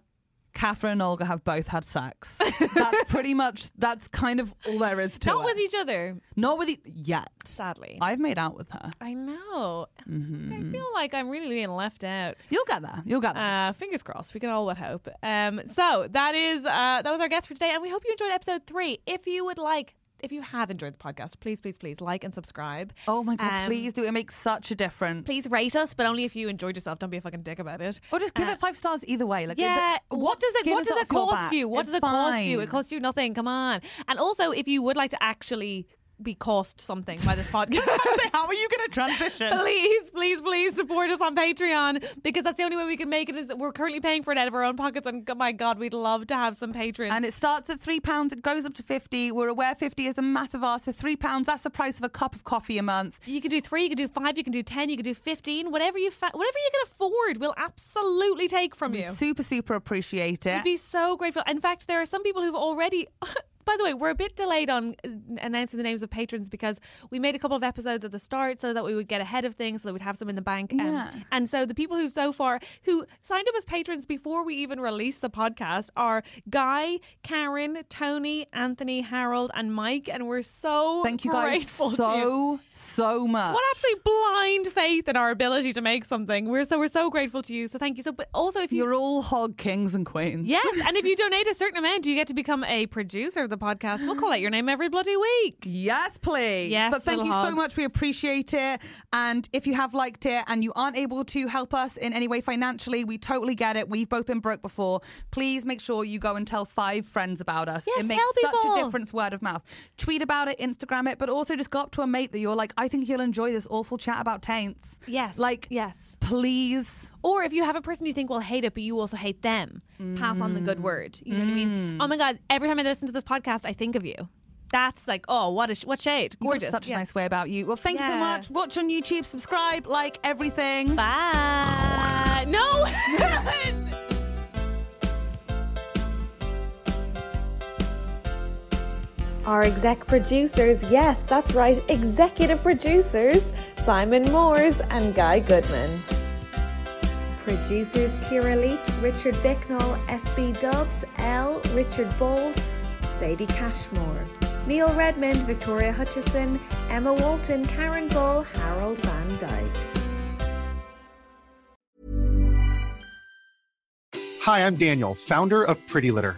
Speaker 2: Catherine and Olga have both had <laughs> sex. that's pretty much, that's kind of all there is to
Speaker 1: Not
Speaker 2: it.
Speaker 1: with each other,
Speaker 2: Not with it yet.
Speaker 1: sadly. I, Mm-hmm.
Speaker 2: I've made out with her.
Speaker 1: know. I feel like I'm really being left out.
Speaker 2: You'll get there. You'll get there.
Speaker 1: Uh, fingers crossed. We can all but hope. Um, so that is uh, that was our guest for today, and we hope you enjoyed episode three. If you would like, if you have enjoyed the podcast, please, please, please like and subscribe.
Speaker 2: oh my god!
Speaker 1: um,
Speaker 2: please do. It makes such a difference.
Speaker 1: Please rate us, but only if you enjoyed yourself. Don't be a fucking dick about it.
Speaker 2: Or just give
Speaker 1: Uh,
Speaker 2: it five stars either way. Like,
Speaker 1: Yeah.
Speaker 2: it-
Speaker 1: What does it
Speaker 2: skin
Speaker 1: What
Speaker 2: is
Speaker 1: does
Speaker 2: off
Speaker 1: it
Speaker 2: your
Speaker 1: cost
Speaker 2: back?
Speaker 1: you? What
Speaker 2: It's
Speaker 1: does it cost you?
Speaker 2: fine.
Speaker 1: It costs you nothing. Come on. And also, if you would like to actually be cost something by this
Speaker 2: <laughs>
Speaker 1: podcast. <laughs>
Speaker 2: How are you going to
Speaker 7: <laughs>
Speaker 2: transition?
Speaker 1: Please, please, please support us on Patreon because that's the only way we can make it. Is that we're currently paying for it out of our own pockets, and g- my God, we'd love to have some patrons.
Speaker 2: And it starts at three pounds. It goes up to fifty. We're aware fifty is a massive ask. So three pounds. That's the price of a cup of coffee a month.
Speaker 1: you can do three, you can do five, you can do ten, you can do fifteen, whatever you fa- whatever you can afford, we'll absolutely take from you.
Speaker 2: Super, super appreciate it.
Speaker 1: We'd be so grateful. In fact, there are some people who've already. <laughs> By the way, we're a bit delayed on uh, announcing the names of patrons because we made a couple of episodes at the start so that we would get ahead of things, so that we'd have some in the bank. Um,
Speaker 2: Yeah.
Speaker 1: And so the people who so far who signed up as patrons before we even released the podcast are Guy, Karen, Tony, Anthony, Harold, and Mike, and we're so
Speaker 2: Thank you guys
Speaker 1: grateful to you.
Speaker 2: so, so much.
Speaker 1: What absolute blind faith in our ability to make something. We're so we're so grateful to you. So thank you. So, but also if you
Speaker 2: You're all hog kings and queens.
Speaker 1: Yes, and if you donate a certain amount, you get to become a producer of the podcast. We'll call out your name every bloody week.
Speaker 2: Yes, please.
Speaker 1: Yes,
Speaker 2: But thank
Speaker 1: little
Speaker 2: you
Speaker 1: hogs.
Speaker 2: so much. We appreciate it. And if you have liked it and you aren't able to help us in any way financially, we totally get it. We've both been broke before. Please make sure you go and tell five friends about us.
Speaker 1: Yes,
Speaker 2: it makes
Speaker 1: tell
Speaker 2: such
Speaker 1: people.
Speaker 2: a difference word of mouth. Tweet about it, Instagram it, but also just go up to a mate that you're like, I think you'll enjoy this awful chat about taints.
Speaker 1: Yes.
Speaker 2: Like,
Speaker 1: yes.
Speaker 2: please.
Speaker 1: Or if you have a person you think will hate it, but you also hate them, pass on the
Speaker 2: Mm.
Speaker 1: good word. You know what I mean? Oh my God, every time I listen to this podcast, I think of you. That's like, oh, what a sh- what shade.
Speaker 2: You've got
Speaker 1: Gorgeous.
Speaker 2: Such a
Speaker 1: Yes.
Speaker 2: nice way about you. Well, thank you so
Speaker 1: Yes.
Speaker 2: much. Watch on YouTube, subscribe, like
Speaker 8: Mm-hmm.
Speaker 2: everything.
Speaker 1: Bye. No! <laughs> Helen!
Speaker 8: Our exec producers, yes, that's right, executive producers, Simon Moores and Guy Goodman. Producers Kira Leach, Richard Bicknell, SB Dubs, L, Richard Bold, Sadie Cashmore, Neil Redmond, Victoria Hutchison, Emma Walton, Karen Bull, Harold Van Dyke.
Speaker 9: Hi, I'm Daniel, founder of Pretty Litter.